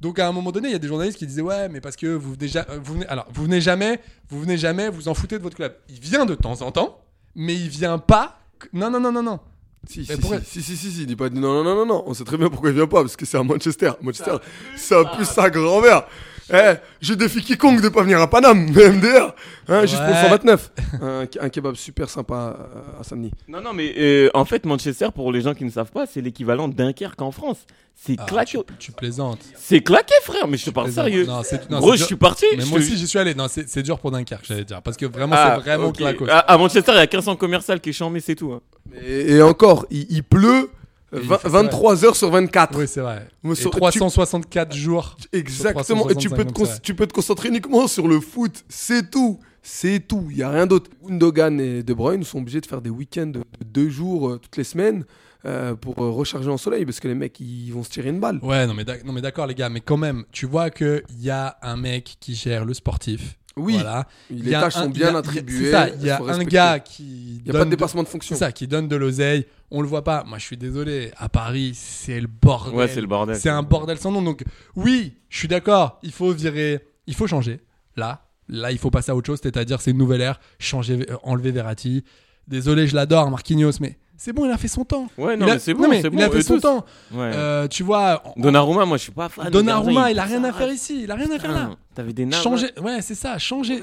Donc à un moment donné, il y a des journalistes qui disaient ouais, mais parce que vous venez, ja- euh, vous venez- alors vous venez jamais, vous venez jamais, vous en foutez de votre club. Il vient de temps en temps, mais il vient pas. que- Non non non non non.
Si,
Mais
si,
pourquoi-
si, si, si, si, si, dis pas non, non, non, non, non, on sait très bien pourquoi il vient pas, parce que c'est à Manchester. Manchester, ça pue sa grand-mère. Eh, je défie quiconque de pas venir à Paname, MDR, hein, juste pour le
Ouais.
129. un, un kebab super sympa euh, à Samedi.
Non, non, mais euh, en fait, Manchester, pour les gens qui ne savent pas, c'est l'équivalent de Dunkerque en France. C'est
Ah,
claqué.
tu, tu plaisantes.
C'est claqué, frère, mais je te parle
Plaisante.
sérieux.
Non, c'est- non,
Gros,
c'est
je
dur.
suis parti.
Mais
je
moi
te-
aussi j'y suis allé. Non, c'est c'est dur pour Dunkerque, j'allais dire, parce que vraiment
Ah,
c'est vraiment
ok.
claqué.
À, à Manchester, il y a qu'un seul commercial qui est chambé, c'est tout. hein.
Et, et encore, il, il pleut euh,
Et il
vingt-
fait-
23 heures sur 24.
Oui c'est vrai.
Moi,
Et
sur- tu-
364 jours. sur
Exactement. Et tu peux, te
365,
con-
donc c'est
tu peux te concentrer uniquement sur le foot. C'est tout. C'est tout. Il n'y a rien d'autre. Gundogan et De Bruyne sont obligés de faire des week-ends de deux jours euh, toutes les semaines euh, pour euh, recharger en soleil parce que les mecs, ils vont se tirer une balle.
Ouais, non mais, d'ac- non mais d'accord les gars, mais quand même, tu vois qu'il y a un mec qui gère le sportif.
Oui.
Voilà.
Les
Il y a
tâches
un-
sont
il y a-
bien attribuées.
C'est ça, il y
elles
a
sont
un
respectées.
gars qui.
Il n'y a pas
donne
de dépassement de fonction.
C'est ça, qui donne de l'oseille. On le voit pas. Moi, je suis désolé. À Paris, c'est le bordel.
Ouais, c'est le bordel.
C'est un bordel sans nom. Donc, oui, je suis d'accord. Il faut virer. Il faut changer. Là, là, il faut passer à autre chose. C'est-à-dire, c'est une nouvelle ère. Changer, euh, enlever Verratti. Désolé, je l'adore, Marquinhos, mais c'est bon, il a fait son temps.
Ouais, non,
Il a-
mais c'est bon,
mais
c'est
Il a
bon,
fait
eux
son
tous.
temps.
Ouais.
Euh, tu vois, en-
Donnarumma, moi, je suis pas fan. de
Donnarumma,
Donnarumma,
il a rien à faire
s'arrache.
ici. Il a rien à faire là.
Putain, Hein, T'avais des nains.
Changer, ouais, c'est ça, changer,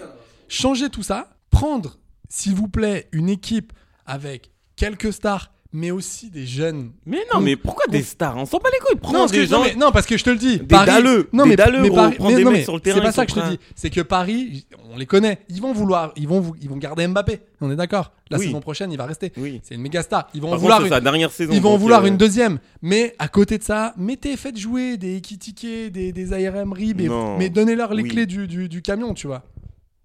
changer tout ça, prendre, s'il vous plaît, une équipe avec quelques stars, mais aussi des jeunes.
Mais non, mais pourquoi des stars On s'en bat les couilles. Prends
parce que,
des gens.
non, mais- non, parce que je te le dis,
Des dalleux,
non,
des
mais,
dalleux,
mais
gros,
Paris-
prends
mais
des
non,
mecs
mais
sur le
c'est
terrain,
pas
ils
ça
sont
que je te
prêts.
dis, c'est que Paris, on les connaît, ils vont vouloir, ils vont, vou- ils vont garder Mbappé, on est d'accord. La
Oui.
saison prochaine, il va rester.
Oui.
C'est une méga star. Ils vont
Par contre,
vouloir
c'est
une-
sa dernière saison.
ils vont
donc,
vouloir
euh,
une deuxième. Mais à côté de ça, mettez, faites jouer des Ekitike, des, des ARM RIB, et-
Non.
mais donnez-leur les
Oui.
clés du, du, du camion, tu vois.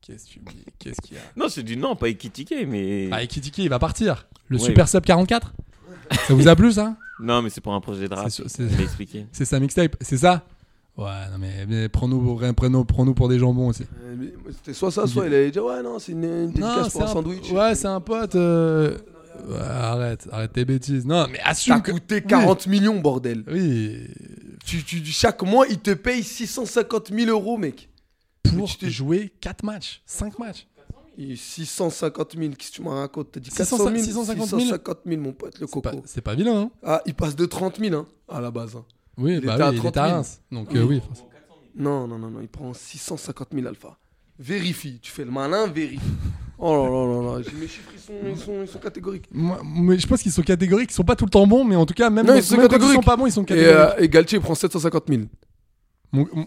Qu'est-ce que tu me dis Qu'est-ce qu'il y a
Non, c'est du non, pas équitiqué, mais.
Bah, Ekitike, il va partir. Le
Ouais.
Super Sub 44 Ça vous a plu, ça
Non, mais c'est pour un projet de rap.
C'est sûr, c'est-
Je l'ai expliqué.
C'est sa mixtape, c'est ça Ouais, non mais, mais prends-nous pour, prends-nous- prends-nous pour des jambons aussi.
Euh, mais C'était soit ça, soit il allait dire Ouais, non, c'est une, une dédicace pour un, sandwich.
Ouais, c'est un pote. euh, ouais, arrête, arrête tes bêtises. Non, mais assume
T'as
que-
coûté
Oui.
40 millions, bordel.
Oui,
Tu, tu, chaque mois, il te paye 650 000 euros, mec.
pour
Mais tu t'es-
jouer 4 matchs, 5 matchs.
Et 650 000, qu'est-ce que tu m'en racontes T'as dit 400
600
000
650 000.
650 000, mon pote, le
C'est pas,
coco.
c'est pas vilain, hein
Ah, il passe de 30 000 hein, à la base. hein.
Oui,
Il
bah
était à
oui, il
30
était
000.
à Reims. Donc euh, oui, forcément.
Non, non, non, non, il prend 650 000 alpha. Vérifie, tu fais le malin, vérifie. Oh là là là là, j'ai- mes chiffres, ils sont, ils sont, ils sont catégoriques.
Moi, mais je pense qu'ils sont catégoriques, ils sont pas tout le temps bons, mais en tout cas, même,
Non,
dans-
ils sont
même quand ils
catégoriques.
sont pas bons, ils sont
Et,
catégoriques.
euh, et Galtier prend 750 000.
Mon, mon-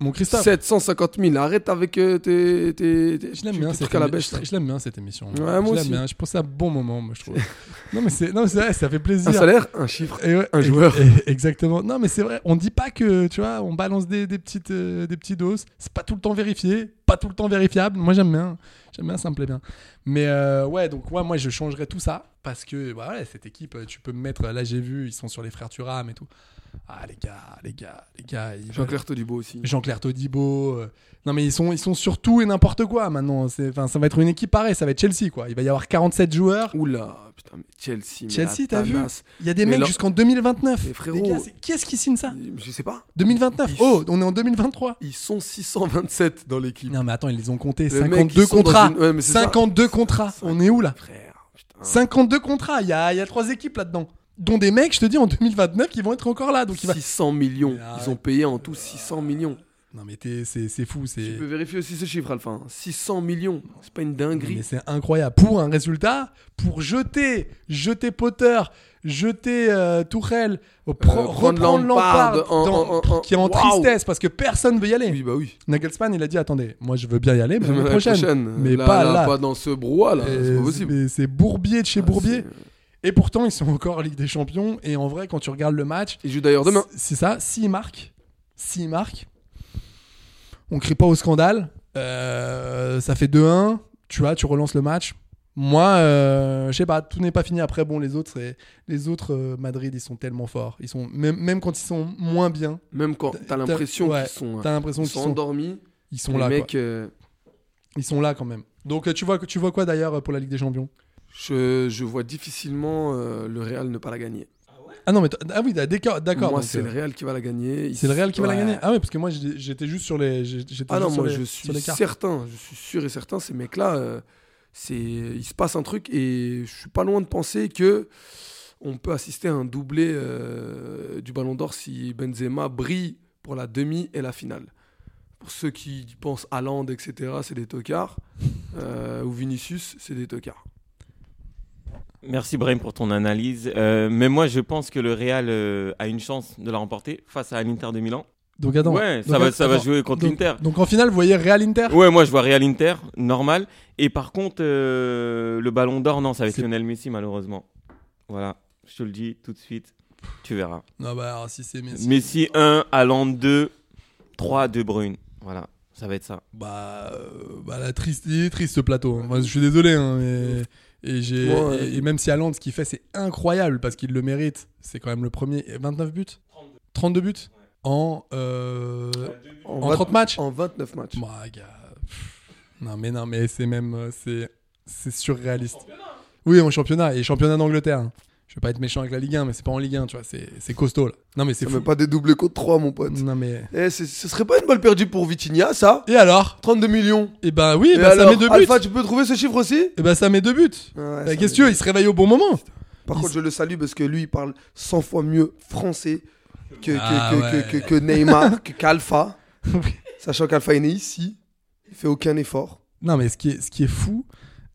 mon Christophe,
750 000, arrête avec euh, tes, tes, tes-
je l'aime
tes
bien,
trucs
cette
à la
émi-
bêche.
je-
là.
je l'aime bien cette émission.
Ouais, moi
je l'aime
aussi.
bien, je pense à bon moment, moi je trouve. non mais c'est, non mais c'est vrai, ça fait plaisir.
Un salaire, un chiffre.
Et ouais,
un
et-
joueur.
et- exactement. Non, mais c'est vrai. On dit pas que tu vois, on balance des, des petites euh, des petites doses. C'est pas tout le temps vérifié, pas pas tout le temps vérifiable. Moi, j'aime bien. J'aime bien, ça me plaît bien. Mais euh, ouais, donc ouais, moi, je changerais tout ça parce que bah, ouais, cette équipe, euh, tu peux me mettre. Là, j'ai vu, ils sont sur les frères Turam et tout. Ah, les gars, les gars, les gars. ils veulent-
Jean-Claire Todibo aussi.
Jean-Claire Todibo. euh, Non, mais ils sont, ils sont sur tout et n'importe quoi maintenant. C'est- Enfin, ça va être une équipe pareille, ça va être Chelsea, quoi. Il va y avoir 47 joueurs.
Oula, putain, mais Chelsea. mais
Chelsea,
la
t'as vu
tanasse.
Il y a des
Mais
mecs
leur-
jusqu'en 2029.
Mais frérot-
Les gars, c'est- qui est-ce qui signe ça
Je sais pas.
2029.
Ils-
Oh, on est en 2023.
Ils sont 627 dans l'équipe.
Non, mais attends, ils les ont comptés.
Le mec,
52
ils sont dans
contrats.
une- ouais, mais c'est ça.
52 contrats. On est où là
Frère, putain.
52 contrats. Il y a, il y a trois équipes là-dedans. Dont des mecs, je te dis, en 2029, qui vont être encore là. Donc il va... Ah,
600 millions.
Mais arrête.
Ils ont payé en tout 600 millions.
Non, mais t'es- c'est c'est fou. c'est-
Tu peux vérifier aussi ce chiffre, Alpha. hein. 600 millions. C'est pas une dinguerie.
Mais c'est incroyable. Pour un résultat, pour jeter, jeter Potter, jeter euh, Tourelle,
prendre
reprendre
Lampard
Lampard,
en-
dans-
en- en- en-
qui est en
Waouh.
tristesse parce que personne veut y aller.
Oui, bah oui.
Nagelsmann, il a dit attendez, moi je veux bien y aller, mais
Même
l'année
la
prochaine. Mais
Là,
pas
là,
là.
Pas dans ce brouhaha, là. Ah, C'est
Euh,
pas possible.
mais c'est Bourbier de chez
Ah,
Bourbier. Et pourtant, ils sont encore en Ligue des Champions. Et en vrai, quand tu regardes le match,
Ils jouent d'ailleurs demain.
c'est c'est ça, s'ils marquent, s'ils marquent, on crie pas au scandale, euh, ça fait 2-1, tu vois, tu relances le match. Moi, euh, je sais pas, tout n'est pas fini. Après, bon, les autres, c'est- les autres euh, Madrid, ils sont tellement forts. Ils sont même, même quand ils sont moins bien,
Même quand Oh, t'as l'impression
ouais,
qu'ils sont,
t'as
euh,
l'impression
ils
qu'ils
sont
sont,
endormis.
ils sont
les
là.
mecs,
quoi.
euh,
Ils sont là quand même. Donc, euh, tu vois, tu vois quoi d'ailleurs euh, pour la Ligue des Champions
je, je vois difficilement euh, le Real ne pas la gagner.
Ah non, mais t- ah oui, d'accord, d'accord.
Moi,
donc,
c'est
euh,
le Real qui va la gagner. Ils-
c'est le Real qui va la
Ouais.
gagner. Ah oui, parce que moi, j'ai- j'étais juste sur les, j'ai- j'étais
Ah non,
juste sur
moi
les-
je
sur
suis
les cartes.
certain, je suis sûr et certain, ces mecs-là, euh, c'est, il se passe un truc et je suis pas loin de penser que on peut assister à un doublé euh, du Ballon d'Or si Benzema brille pour la demi et la finale. Pour ceux qui pensent Haaland, etc., c'est des tocards. Euh, ou Vinicius, c'est des tocards.
Merci Brahim pour ton analyse. Euh, mais moi, je pense que le Real euh, a une chance de la remporter face à l'Inter de Milan.
Donc attends.
Ouais,
Donc,
ça va- ça va
attends.
jouer contre
Donc-
l'Inter.
Donc en finale, vous voyez Real Inter.
Ouais, moi, je vois Real Inter, normal. Et par contre, euh, le Ballon d'Or, non, ça va être
C'est-
Lionel Messi, malheureusement. Voilà, je te le dis tout de suite. Tu verras.
Non bah alors, si c'est Messi.
Messi 1, Haaland 2, 3 De Bruyne. Voilà, ça va être ça.
Bah, euh, bah, la triste, il est triste ce plateau. hein. Moi, je suis désolé. hein, mais- Et, j'ai-
Ouais,
et- et même si Haaland, ce qu'il fait, c'est incroyable parce qu'il le mérite. C'est quand même le premier. Et 29 buts 32 buts En, euh, en
20
30 matchs
en 29 matchs.
Bah, gars, pff. Non, mais non, mais c'est même. euh, C'est c'est surréaliste. Oui, en championnat. Et championnat d'Angleterre. hein. Je vais pas être méchant avec la Ligue 1, mais c'est pas en Ligue 1, tu vois. C'est c'est costaud, là. Non, mais c'est
Ça
fou. Mm.
veut pas des doublés contre 3, mon pote.
Non, mais.
Eh, c'est- ce serait pas une balle perdue pour Vitinha, ça
Et alors
32 millions.
Et ben oui,
Et
bah, ça
alors,
met deux buts.
Alpha, tu peux trouver ce chiffre aussi
Et bah ça met deux buts. Bah, Qu'est-ce
ça met
que tu veux
deux
Il se réveille au bon moment.
Par
Il
contre, je le salue parce que lui, il parle 100 fois mieux français que, que,
Ah
que,
ouais.
que- que- que Neymar, que qu'Alpha. Sachant qu'Alpha est né ici, il fait aucun effort.
Non mais ce qui est, ce qui est fou,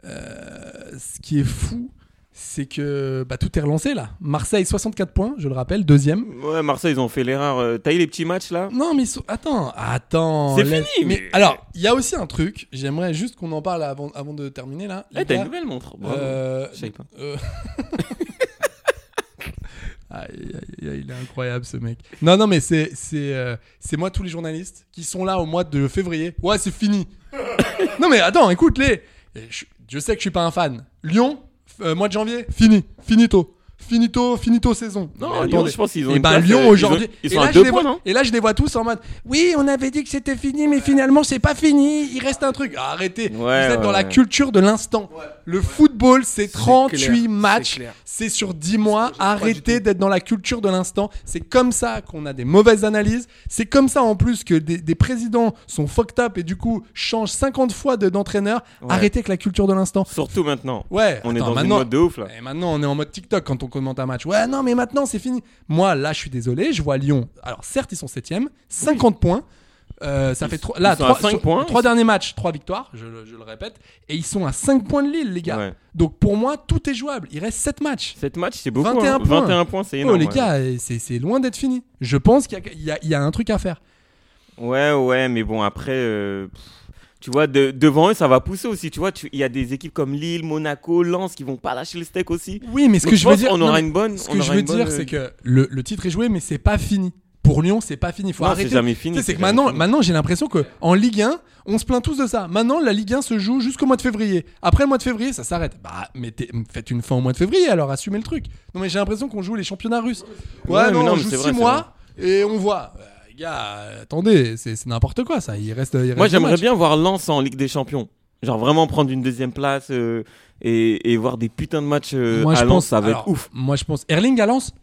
euh, ce qui est fou, c'est que bah, tout est relancé là. Marseille 64 points, je le rappelle, deuxième.
Ouais, Marseille, ils ont fait l'erreur. Euh, T'as eu les petits matchs là
Non mais ils sont- attends, attends.
C'est
laisse-
fini, mais-
alors il y a aussi un truc. J'aimerais juste qu'on en parle avant, avant de terminer là.
Eh,
Les
t'as
gars,
une nouvelle montre Bravo.
euh,
Je savais pas.
euh, Aïe, aïe, aïe, il est incroyable ce mec. Non, non, mais c'est c'est euh, c'est moi tous les journalistes qui sont là au mois de février. Ouais, c'est fini. non mais attends, écoute les. Et Je, je sais que je suis pas un fan. Lyon, f- euh, mois de janvier, fini, finito, finito, finito saison.
Non,
mais
Lyon,
attendez.
je pense qu'ils ont
Et
une
ben,
place, euh,
Lyon
ils ont-
aujourd'hui.
ils
et
sont
là,
à
je
deux
les
points,
vois-
non
Et là je les vois tous en mode. Oui, on avait dit que c'était fini, mais finalement c'est pas fini. Il reste un truc. Arrêtez. Vous êtes
ouais,
dans la
ouais.
culture de l'instant. Le football, c'est
C'est
38
clair, c'est
matchs.
clair.
C'est sur 10 mois.
pas du
Arrêtez
tout.
d'être dans la culture de l'instant. C'est comme ça qu'on a des mauvaises analyses. C'est comme ça en plus que des, des présidents sont fucked up et du coup changent 50 fois de- d'entraîneur. Arrêtez avec la culture de l'instant.
Surtout maintenant.
Ouais,
On est
attends,
dans
maintenant-
une mode de ouf là.
Et maintenant, on est en mode TikTok quand on commente un match. Ouais, non, mais maintenant, c'est fini. Moi, là, je suis désolé. Je vois Lyon. Alors, certes, ils sont 7 50 points. Euh, ça fait trois- là,
ils sont à
trois,
cinq
sur-
points.
trois derniers matchs, trois victoires, je, le- je le répète. Et ils sont à 5 points de Lille, les gars.
Ouais.
Donc, pour moi, tout est jouable. Il reste 7 matchs.
Cette match, c'est beaucoup.
21
hein.
points.
21 points, c'est
Oh,
énorme.
les
ouais.
gars, euh, c'est c'est loin d'être fini. Je pense qu'il y a- il y, a- il y a un truc à faire.
Ouais, ouais, mais bon, après, euh, pff, tu vois, de- devant eux, ça va pousser aussi. Tu vois, tu- il y a des équipes comme Lille, Monaco, Lens qui vont pas lâcher le steak aussi.
Oui, mais ce
Donc,
que
je
je veux
pense
dire,
qu'on
non,
aura
mais
une bonne-
Ce
on
que je
aura
veux
une bonne,
dire,
euh,
c'est que le, le titre est joué, mais c'est pas fini. pour Lyon, c'est pas fini. Faut
Non, c'est
arrêter.
jamais
Tu
fini.
sais, C'est que
jamais
maintenant,
fini.
maintenant j'ai l'impression que en Ligue 1, on se plaint tous de ça. Maintenant, la Ligue 1 se joue jusqu'au mois de février. Après le mois de février, ça s'arrête. Bah, mettez- faites une fin au mois de février alors, assumez le truc. Non, mais j'ai l'impression qu'on joue les championnats russes. Ouais,
Ouais, mais
non,
non,
on
mais
joue
c'est
6
vrai, c'est
mois et on voit. Euh, les gars, euh, attendez, c'est c'est n'importe quoi ça. Il reste. il reste
Moi,
des
j'aimerais
matchs.
bien voir Lens en Ligue des Champions. Genre vraiment prendre une deuxième place euh, et, et voir des putains de matchs euh,
Moi,
à
je
Lens,
pense,
ça va
alors,
être ouf.
Moi, je pense. Erling à Lens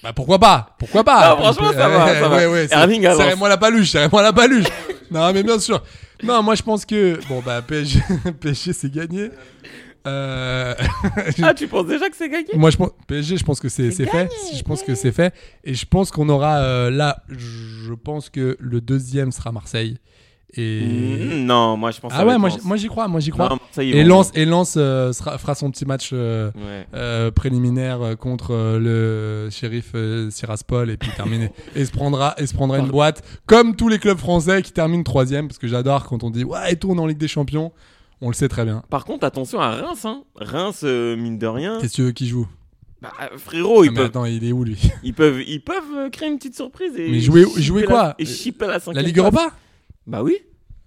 Bah pourquoi pas Pourquoi pas
Non, franchement, ça va, ça va.
Ouais, ouais, c'est-
Erling à Lens.
Serrez-moi la paluche, serrez-moi la paluche. non, mais bien sûr. Non, moi je pense que bon bah PSG, PSG c'est gagné. Euh,
Ah, tu penses déjà que c'est gagné
moi je pense PSG, je pense que c'est c'est fait. Je pense que c'est fait et je pense qu'on aura euh, là. Je pense que le deuxième sera Marseille et
Mm, Non, moi je pense.
ah ouais, moi j'- moi, j'y crois, moi j'y crois.
ça y
et Lens et Lens euh, sera- fera son petit match. euh,
Ouais.
euh, préliminaire euh, contre euh, le shérif euh, Siraspol et puis terminé. et se prendra, et se prendra une boîte comme tous les clubs français qui terminent troisième parce que j'adore quand on dit ouais ils tournent en Ligue des Champions. On le sait très bien.
Par contre, attention à Reims. Hein. Reims, euh, mine de rien.
Qu'est-ce que tu veux qui joue
Bah, euh, frérot,
Ah,
ils
mais
peuvent,
Attends, il est où lui
ils peuvent, ils peuvent euh, créer une petite surprise. Et
Mais jouer-
chipper
jouer
la-
quoi
Et chipper la cinquième
La Ligue
place.
Europa
Bah oui.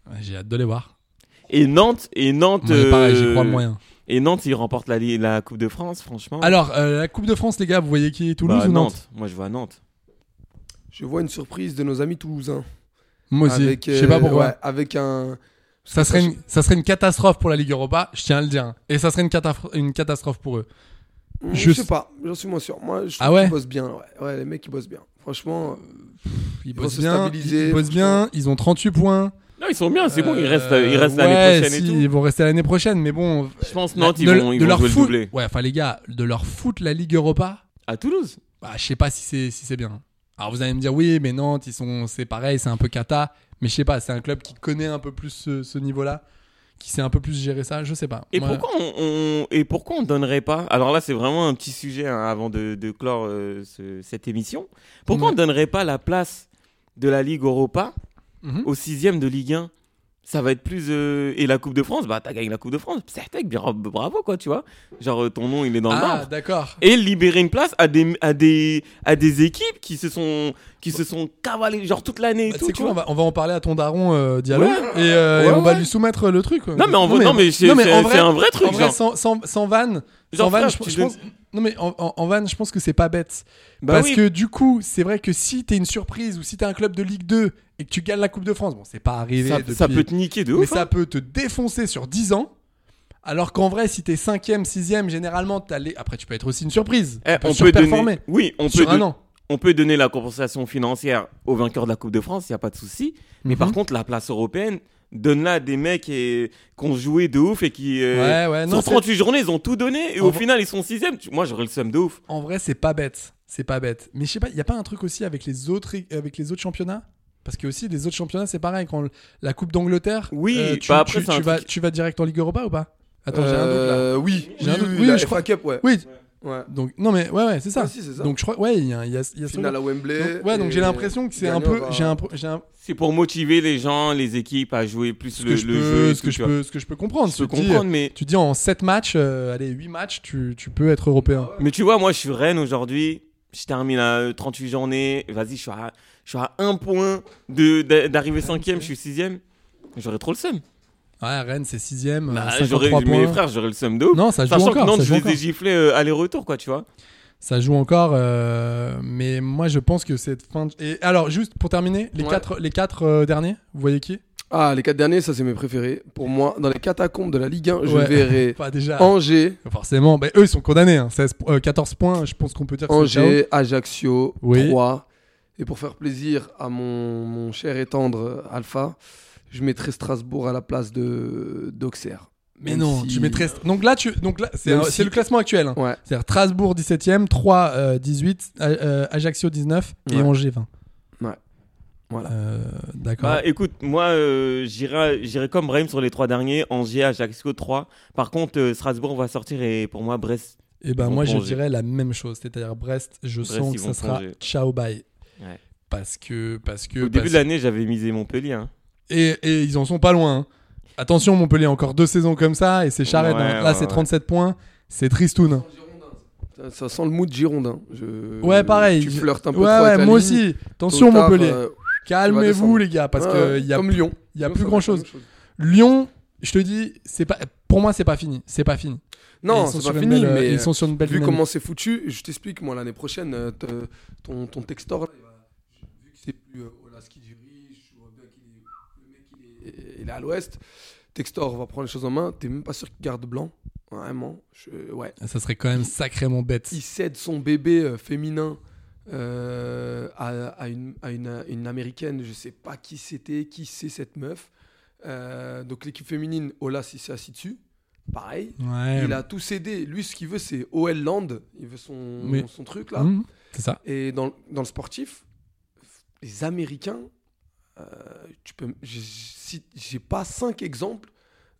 Ouais, J'ai hâte de les voir.
Et Nantes, et Nantes.
Moi, pareil, j'y crois
euh,
moyen.
Et Nantes, ils remportent la, Ligue- la Coupe de France, franchement.
Alors, euh, la Coupe de France, les gars, vous voyez qui est Toulouse
Bah,
ou Nantes,
Moi, je vois Nantes.
Je vois une surprise de nos amis toulousains.
Moi aussi.
Avec,
je sais pas
euh,
pourquoi.
ouais, avec un.
Ça serait, une, ça serait une catastrophe pour la Ligue Europa, je tiens à le dire. Et ça serait une, cataf- une catastrophe pour eux.
Je
Juste-
sais pas, j'en suis moins sûr. Moi, je trouve
Ah ouais
qu'ils bossent bien. Ouais. Ouais, les mecs, ils bossent bien. Franchement,
Ils
vont
bossent
se
bien, ils,
stabiliser,
ils bossent bien, ils ont 38 points.
Non, ils sont bien, c'est bon, ils
Euh,
restent, ils restent
ouais,
l'année prochaine
si,
et
Ils
tout.
vont rester l'année prochaine, mais bon.
Je pense Nantes,
la-
ils
de-
vont, ils
de
vont
leur
jouer le
foot-
doublé.
Ouais, enfin les gars, de leur foot la Ligue Europa,
À Toulouse
bah, je sais pas si c'est si c'est bien. Alors vous allez me dire oui, mais Nantes, ils sont, c'est pareil, c'est un peu cata, mais je sais pas, c'est un club qui connaît un peu plus ce, ce niveau-là, qui sait un peu plus gérer ça, je sais pas.
Et
Moi,
pourquoi on, on- et pourquoi on donnerait pas Alors là, c'est vraiment un petit sujet hein, avant de, de clore euh, ce- cette émission. Pourquoi
Ouais.
on donnerait pas la place de la Ligue Europa
Mhm.
au sixième de Ligue 1 Ça va être plus euh, et la Coupe de France. Bah, t'as gagné la Coupe de France. Certes, bra- bravo quoi, tu vois. Genre euh, ton nom, il est dans le
Ah
marbre.
d'accord.
Et libérer une place à des à des à des équipes qui se sont qui se sont cavalées genre toute l'année et
Bah,
tout.
c'est
tu
quoi, on
vois.
va, on va en parler à ton daron euh, Diallo
Ouais.
et, euh, et
Ouais,
on va
ouais.
lui soumettre le truc. quoi.
Non mais, en vrai- non, mais c'est
non, mais
c'est-
en
c'est
vrai-
un vrai truc.
En vrai,
genre.
sans, sans, sans vanne,
Genre,
sans vanne,
frère,
je,
tu
je
donnes-
pense. Non mais en, en- en vanne, je pense que c'est pas bête.
Bah
Parce
oui.
que du coup, c'est vrai que si t'es une surprise ou si t'es un club de Ligue 2 et que tu gagnes la Coupe de France, bon, c'est pas arrivé.
ça, ça
depuis-
peut te niquer de
mais
ouf.
ça
hein.
peut te défoncer sur 10 ans. Alors qu'en vrai, si t'es 5ème, 6ème, généralement, t'as les... après tu peux être aussi une surprise.
Eh,
Tu peux
on peut
surperformer
donner, oui, on peut,
sur un
don-
an.
on peut donner la compensation financière au vainqueur de la Coupe de France, il n'y a pas de souci. Mais
Mhm.
par contre, la place européenne, donne-la à des mecs et, qui ont joué de ouf et qui. euh,
Ouais, ouais, non,
sur 38 journées, ils ont tout donné et
En
au
vrai-
final, ils sont 6 Moi, j'aurais le seum de ouf.
En vrai, c'est pas bête. C'est pas bête. Mais je sais pas, il y a pas un truc aussi avec les autres, euh, avec les autres championnats Parce que aussi, les autres championnats, c'est pareil. Quand la Coupe d'Angleterre, euh,
Oui,
tu,
bah après,
tu-
c'est un
tu vas,
truc-
tu vas direct en Ligue Europa ou pas Attends, j'ai un doute là.
Euh, oui,
J'ai un doute.
oui,
Oui,
la
je
FA
crois-
Cup, ouais.
Oui,
Ouais.
donc non mais ouais ouais c'est ça.
Ouais, si, c'est ça.
Donc je crois ouais il y a, il y a, il y a ce
Finale
truc-là.
à Wembley.
Donc, ouais donc
et
j'ai l'impression que c'est un
gagnant
peu
va-
j'ai un pro- j'ai un
C'est pour motiver les gens, les équipes à jouer plus
ce
le,
que je
le
peux
jeu. et
ce
tout,
que
tu
je
vois.
peux ce que je peux comprendre.
Je peux
Tu te dis-
comprendre, mais,
Tu te dis en 7 matchs euh, allez 8 matchs tu, tu peux être européen.
mais tu vois, moi, je suis Rennes aujourd'hui. Je termine à euh, 38 journées. Vas-y, je suis à, je suis à un point de- d'a- d'arriver 5 je suis 6 J'aurais trop le seum. Ah
Ouais Rennes c'est 6 ème
Bah, j'aurais, mes frères, j'aurais le seum de ouf.
Non ça joue
Sachant
encore.
que Nantes,
ça joue
je les
encore.
ai giflés euh, aller-retour, quoi, tu vois.
Ça joue encore, euh, mais moi je pense que cette fin. de- Et alors, juste pour terminer, les
Ouais.
quatre, les quatre euh, derniers, vous voyez qui
Ah, les quatre derniers, ça c'est mes préférés. Pour moi, dans les catacombes de la Ligue 1, je
Ouais.
verrai
Pas déjà.
Angers,
Forcément, bah, eux ils sont condamnés. hein. 16 po- euh, 14 points, je pense qu'on peut dire que c'est ciao.
Angers, Ajaccio,
Oui.
3. Et pour faire plaisir à mon, mon cher et tendre euh, Alpha, je mettrai Strasbourg à la place de d'Auxerre.
Mais
Même
non,
si-
tu mettrais. Donc là, tu... donc là c'est,
Même
euh,
si-
c'est le classement actuel. hein.
Ouais.
C'est-à-dire Strasbourg 17ème, 3 euh, 18, euh, euh, Ajaccio 19 et
Ouais.
Angers 20.
Ouais. Voilà.
Euh, d'accord.
Bah, écoute, moi, euh, j'irai, j'irai comme Brahim sur les trois derniers, Angers, Ajaccio 3. Par contre, euh, Strasbourg va sortir et pour moi, Brest.
Et ben
Ils vont
moi je
plonger.
dirais la même chose, c'est-à-dire Brest, je
Brest,
sens
ils
que ça
vont
sera
plonger.
ciao bye.
Ouais.
Parce que parce que
Au début
parce-
de l'année, j'avais misé Montpellier. hein.
et, et ils en sont pas loin. hein. Attention Montpellier encore deux saisons comme ça et c'est charrette.
Ouais,
hein. Là
ouais,
c'est
ouais.
37 points, c'est tristoun.
Ça, ça sent le mood girondin. Je-
Ouais, pareil.
Tu flirtes un peu
Ouais,
trop avec
ouais,
la
moi
ligne.
aussi.
Tôt ou
Attention,
tard,
Montpellier.
euh,
Calmez-vous,
descendre.
les gars, parce
ouais,
que
ouais,
il y a
comme
plus-
Lyon.
il y a
Lyon,
plus
ça
grand
va être la
chose.
même
Lyon, je te dis, c'est pas. Pour moi, c'est pas fini. C'est pas fini.
Non,
Ils sont
c'est
sur
pas
une
fini,
belle- euh,
mais
ils sont sur une belle
vu
dynamique.
comment c'est foutu, je t'explique, moi, l'année prochaine, euh, te- ton, ton textor, là, il va- vu que c'est plus euh, Olaski du riche, ou bien qu'il est- le mec, il est, il est à l'ouest, textor va prendre les choses en main, t'es même pas sûr qu'il garde blanc, vraiment, je- ouais.
Ça serait quand même sacrément bête.
Il cède son bébé euh, féminin euh, à, à une, à une- à une américaine, je sais pas qui c'était, qui c'est cette meuf. Euh, donc l'équipe féminine, Ola, si c'est assis dessus, pareil.
Ouais.
Il a tout cédé. Lui, ce qu'il veut, c'est OL Land. Il veut son,
Oui.
son truc, là.
Mmh, c'est ça.
Et dans, dans le sportif, les Américains, euh, tu peux, j'ai- j'ai j'ai pas cinq exemples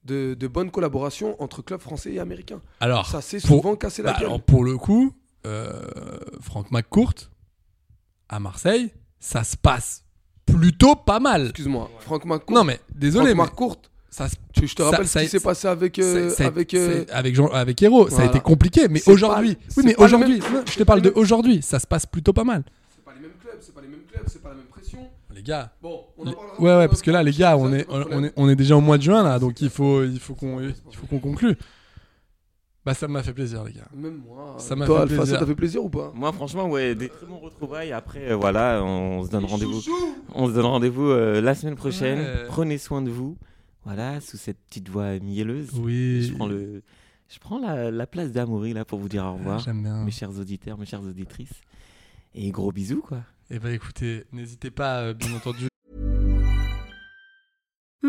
de, de bonnes collaborations entre clubs français et américains.
Alors,
Ça s'est
Ah, pour-
souvent cassé la
bah,
gueule.
alors, pour le coup, euh, Franck McCourt, à Marseille, ça se passe plutôt pas mal.
Excuse-moi, Franck McCourt.
Non, mais désolé, mais
Franck McCourt,
ça se
tu- je te
Ça-
rappelle
ça-
ce qui s'est
ça-
passé avec. euh,
Ça- ça a-
avec euh,
c'est- avec Jean- avec Hero, ça a
Voilà.
été compliqué. Mais
C'est pas-
aujourd'hui, oui,
c'est
mais
pas le
aujourd'hui,
même-
non, je te parle
c'est pas
de
le même-
aujourd'hui, ça se passe plutôt pas mal.
C'est pas les mêmes clubs, c'est pas les mêmes clubs, c'est pas la même pression.
Les gars.
Bon, on en
Ouais,
parlera.
ouais, parce que là, les gars,
Ça,
on
c'est
est,
pas le
on
problème.
est, on est déjà au mois de juin là, donc il faut, il faut qu'on, il faut qu'on conclue. Bah, ça m'a fait plaisir, les gars.
Même moi.
Ça m'a
toi,
fait
Alpha,
plaisir.
ça t'a fait plaisir ou pas
Moi, franchement, ouais, des très bons retrouvailles. Après, euh, voilà, on se donne rendez-vous. On se donne rendez-vous euh, la semaine prochaine.
Ouais.
Prenez soin de vous. Voilà, sous cette petite voix mielleuse.
Oui.
Je prends, le... je prends la, la place d'Amaury là pour vous dire au revoir,
J'aime bien.
mes chers auditeurs, mes chères auditrices. Et gros bisous, quoi.
Et bah, écoutez, n'hésitez pas, euh, bien entendu,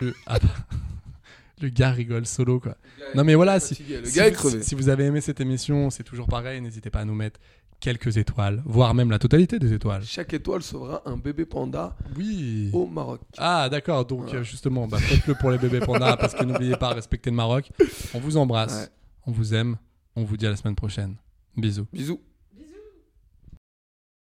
le, ah, bah, le gars rigole solo quoi. Non mais voilà, si,
fatigué, le
si
gars est
vous-
crevé.
si vous avez aimé cette émission, c'est toujours pareil, n'hésitez pas à nous mettre quelques étoiles, voire même la totalité des étoiles.
Chaque étoile sauvera un bébé panda
Oui.
au Maroc.
Ah d'accord, donc euh, justement, bah, faites-le pour les bébés pandas parce que n'oubliez pas, respectez le Maroc. On vous embrasse,
Ouais.
on vous aime, on vous dit à la semaine prochaine. Bisous.
Bisous.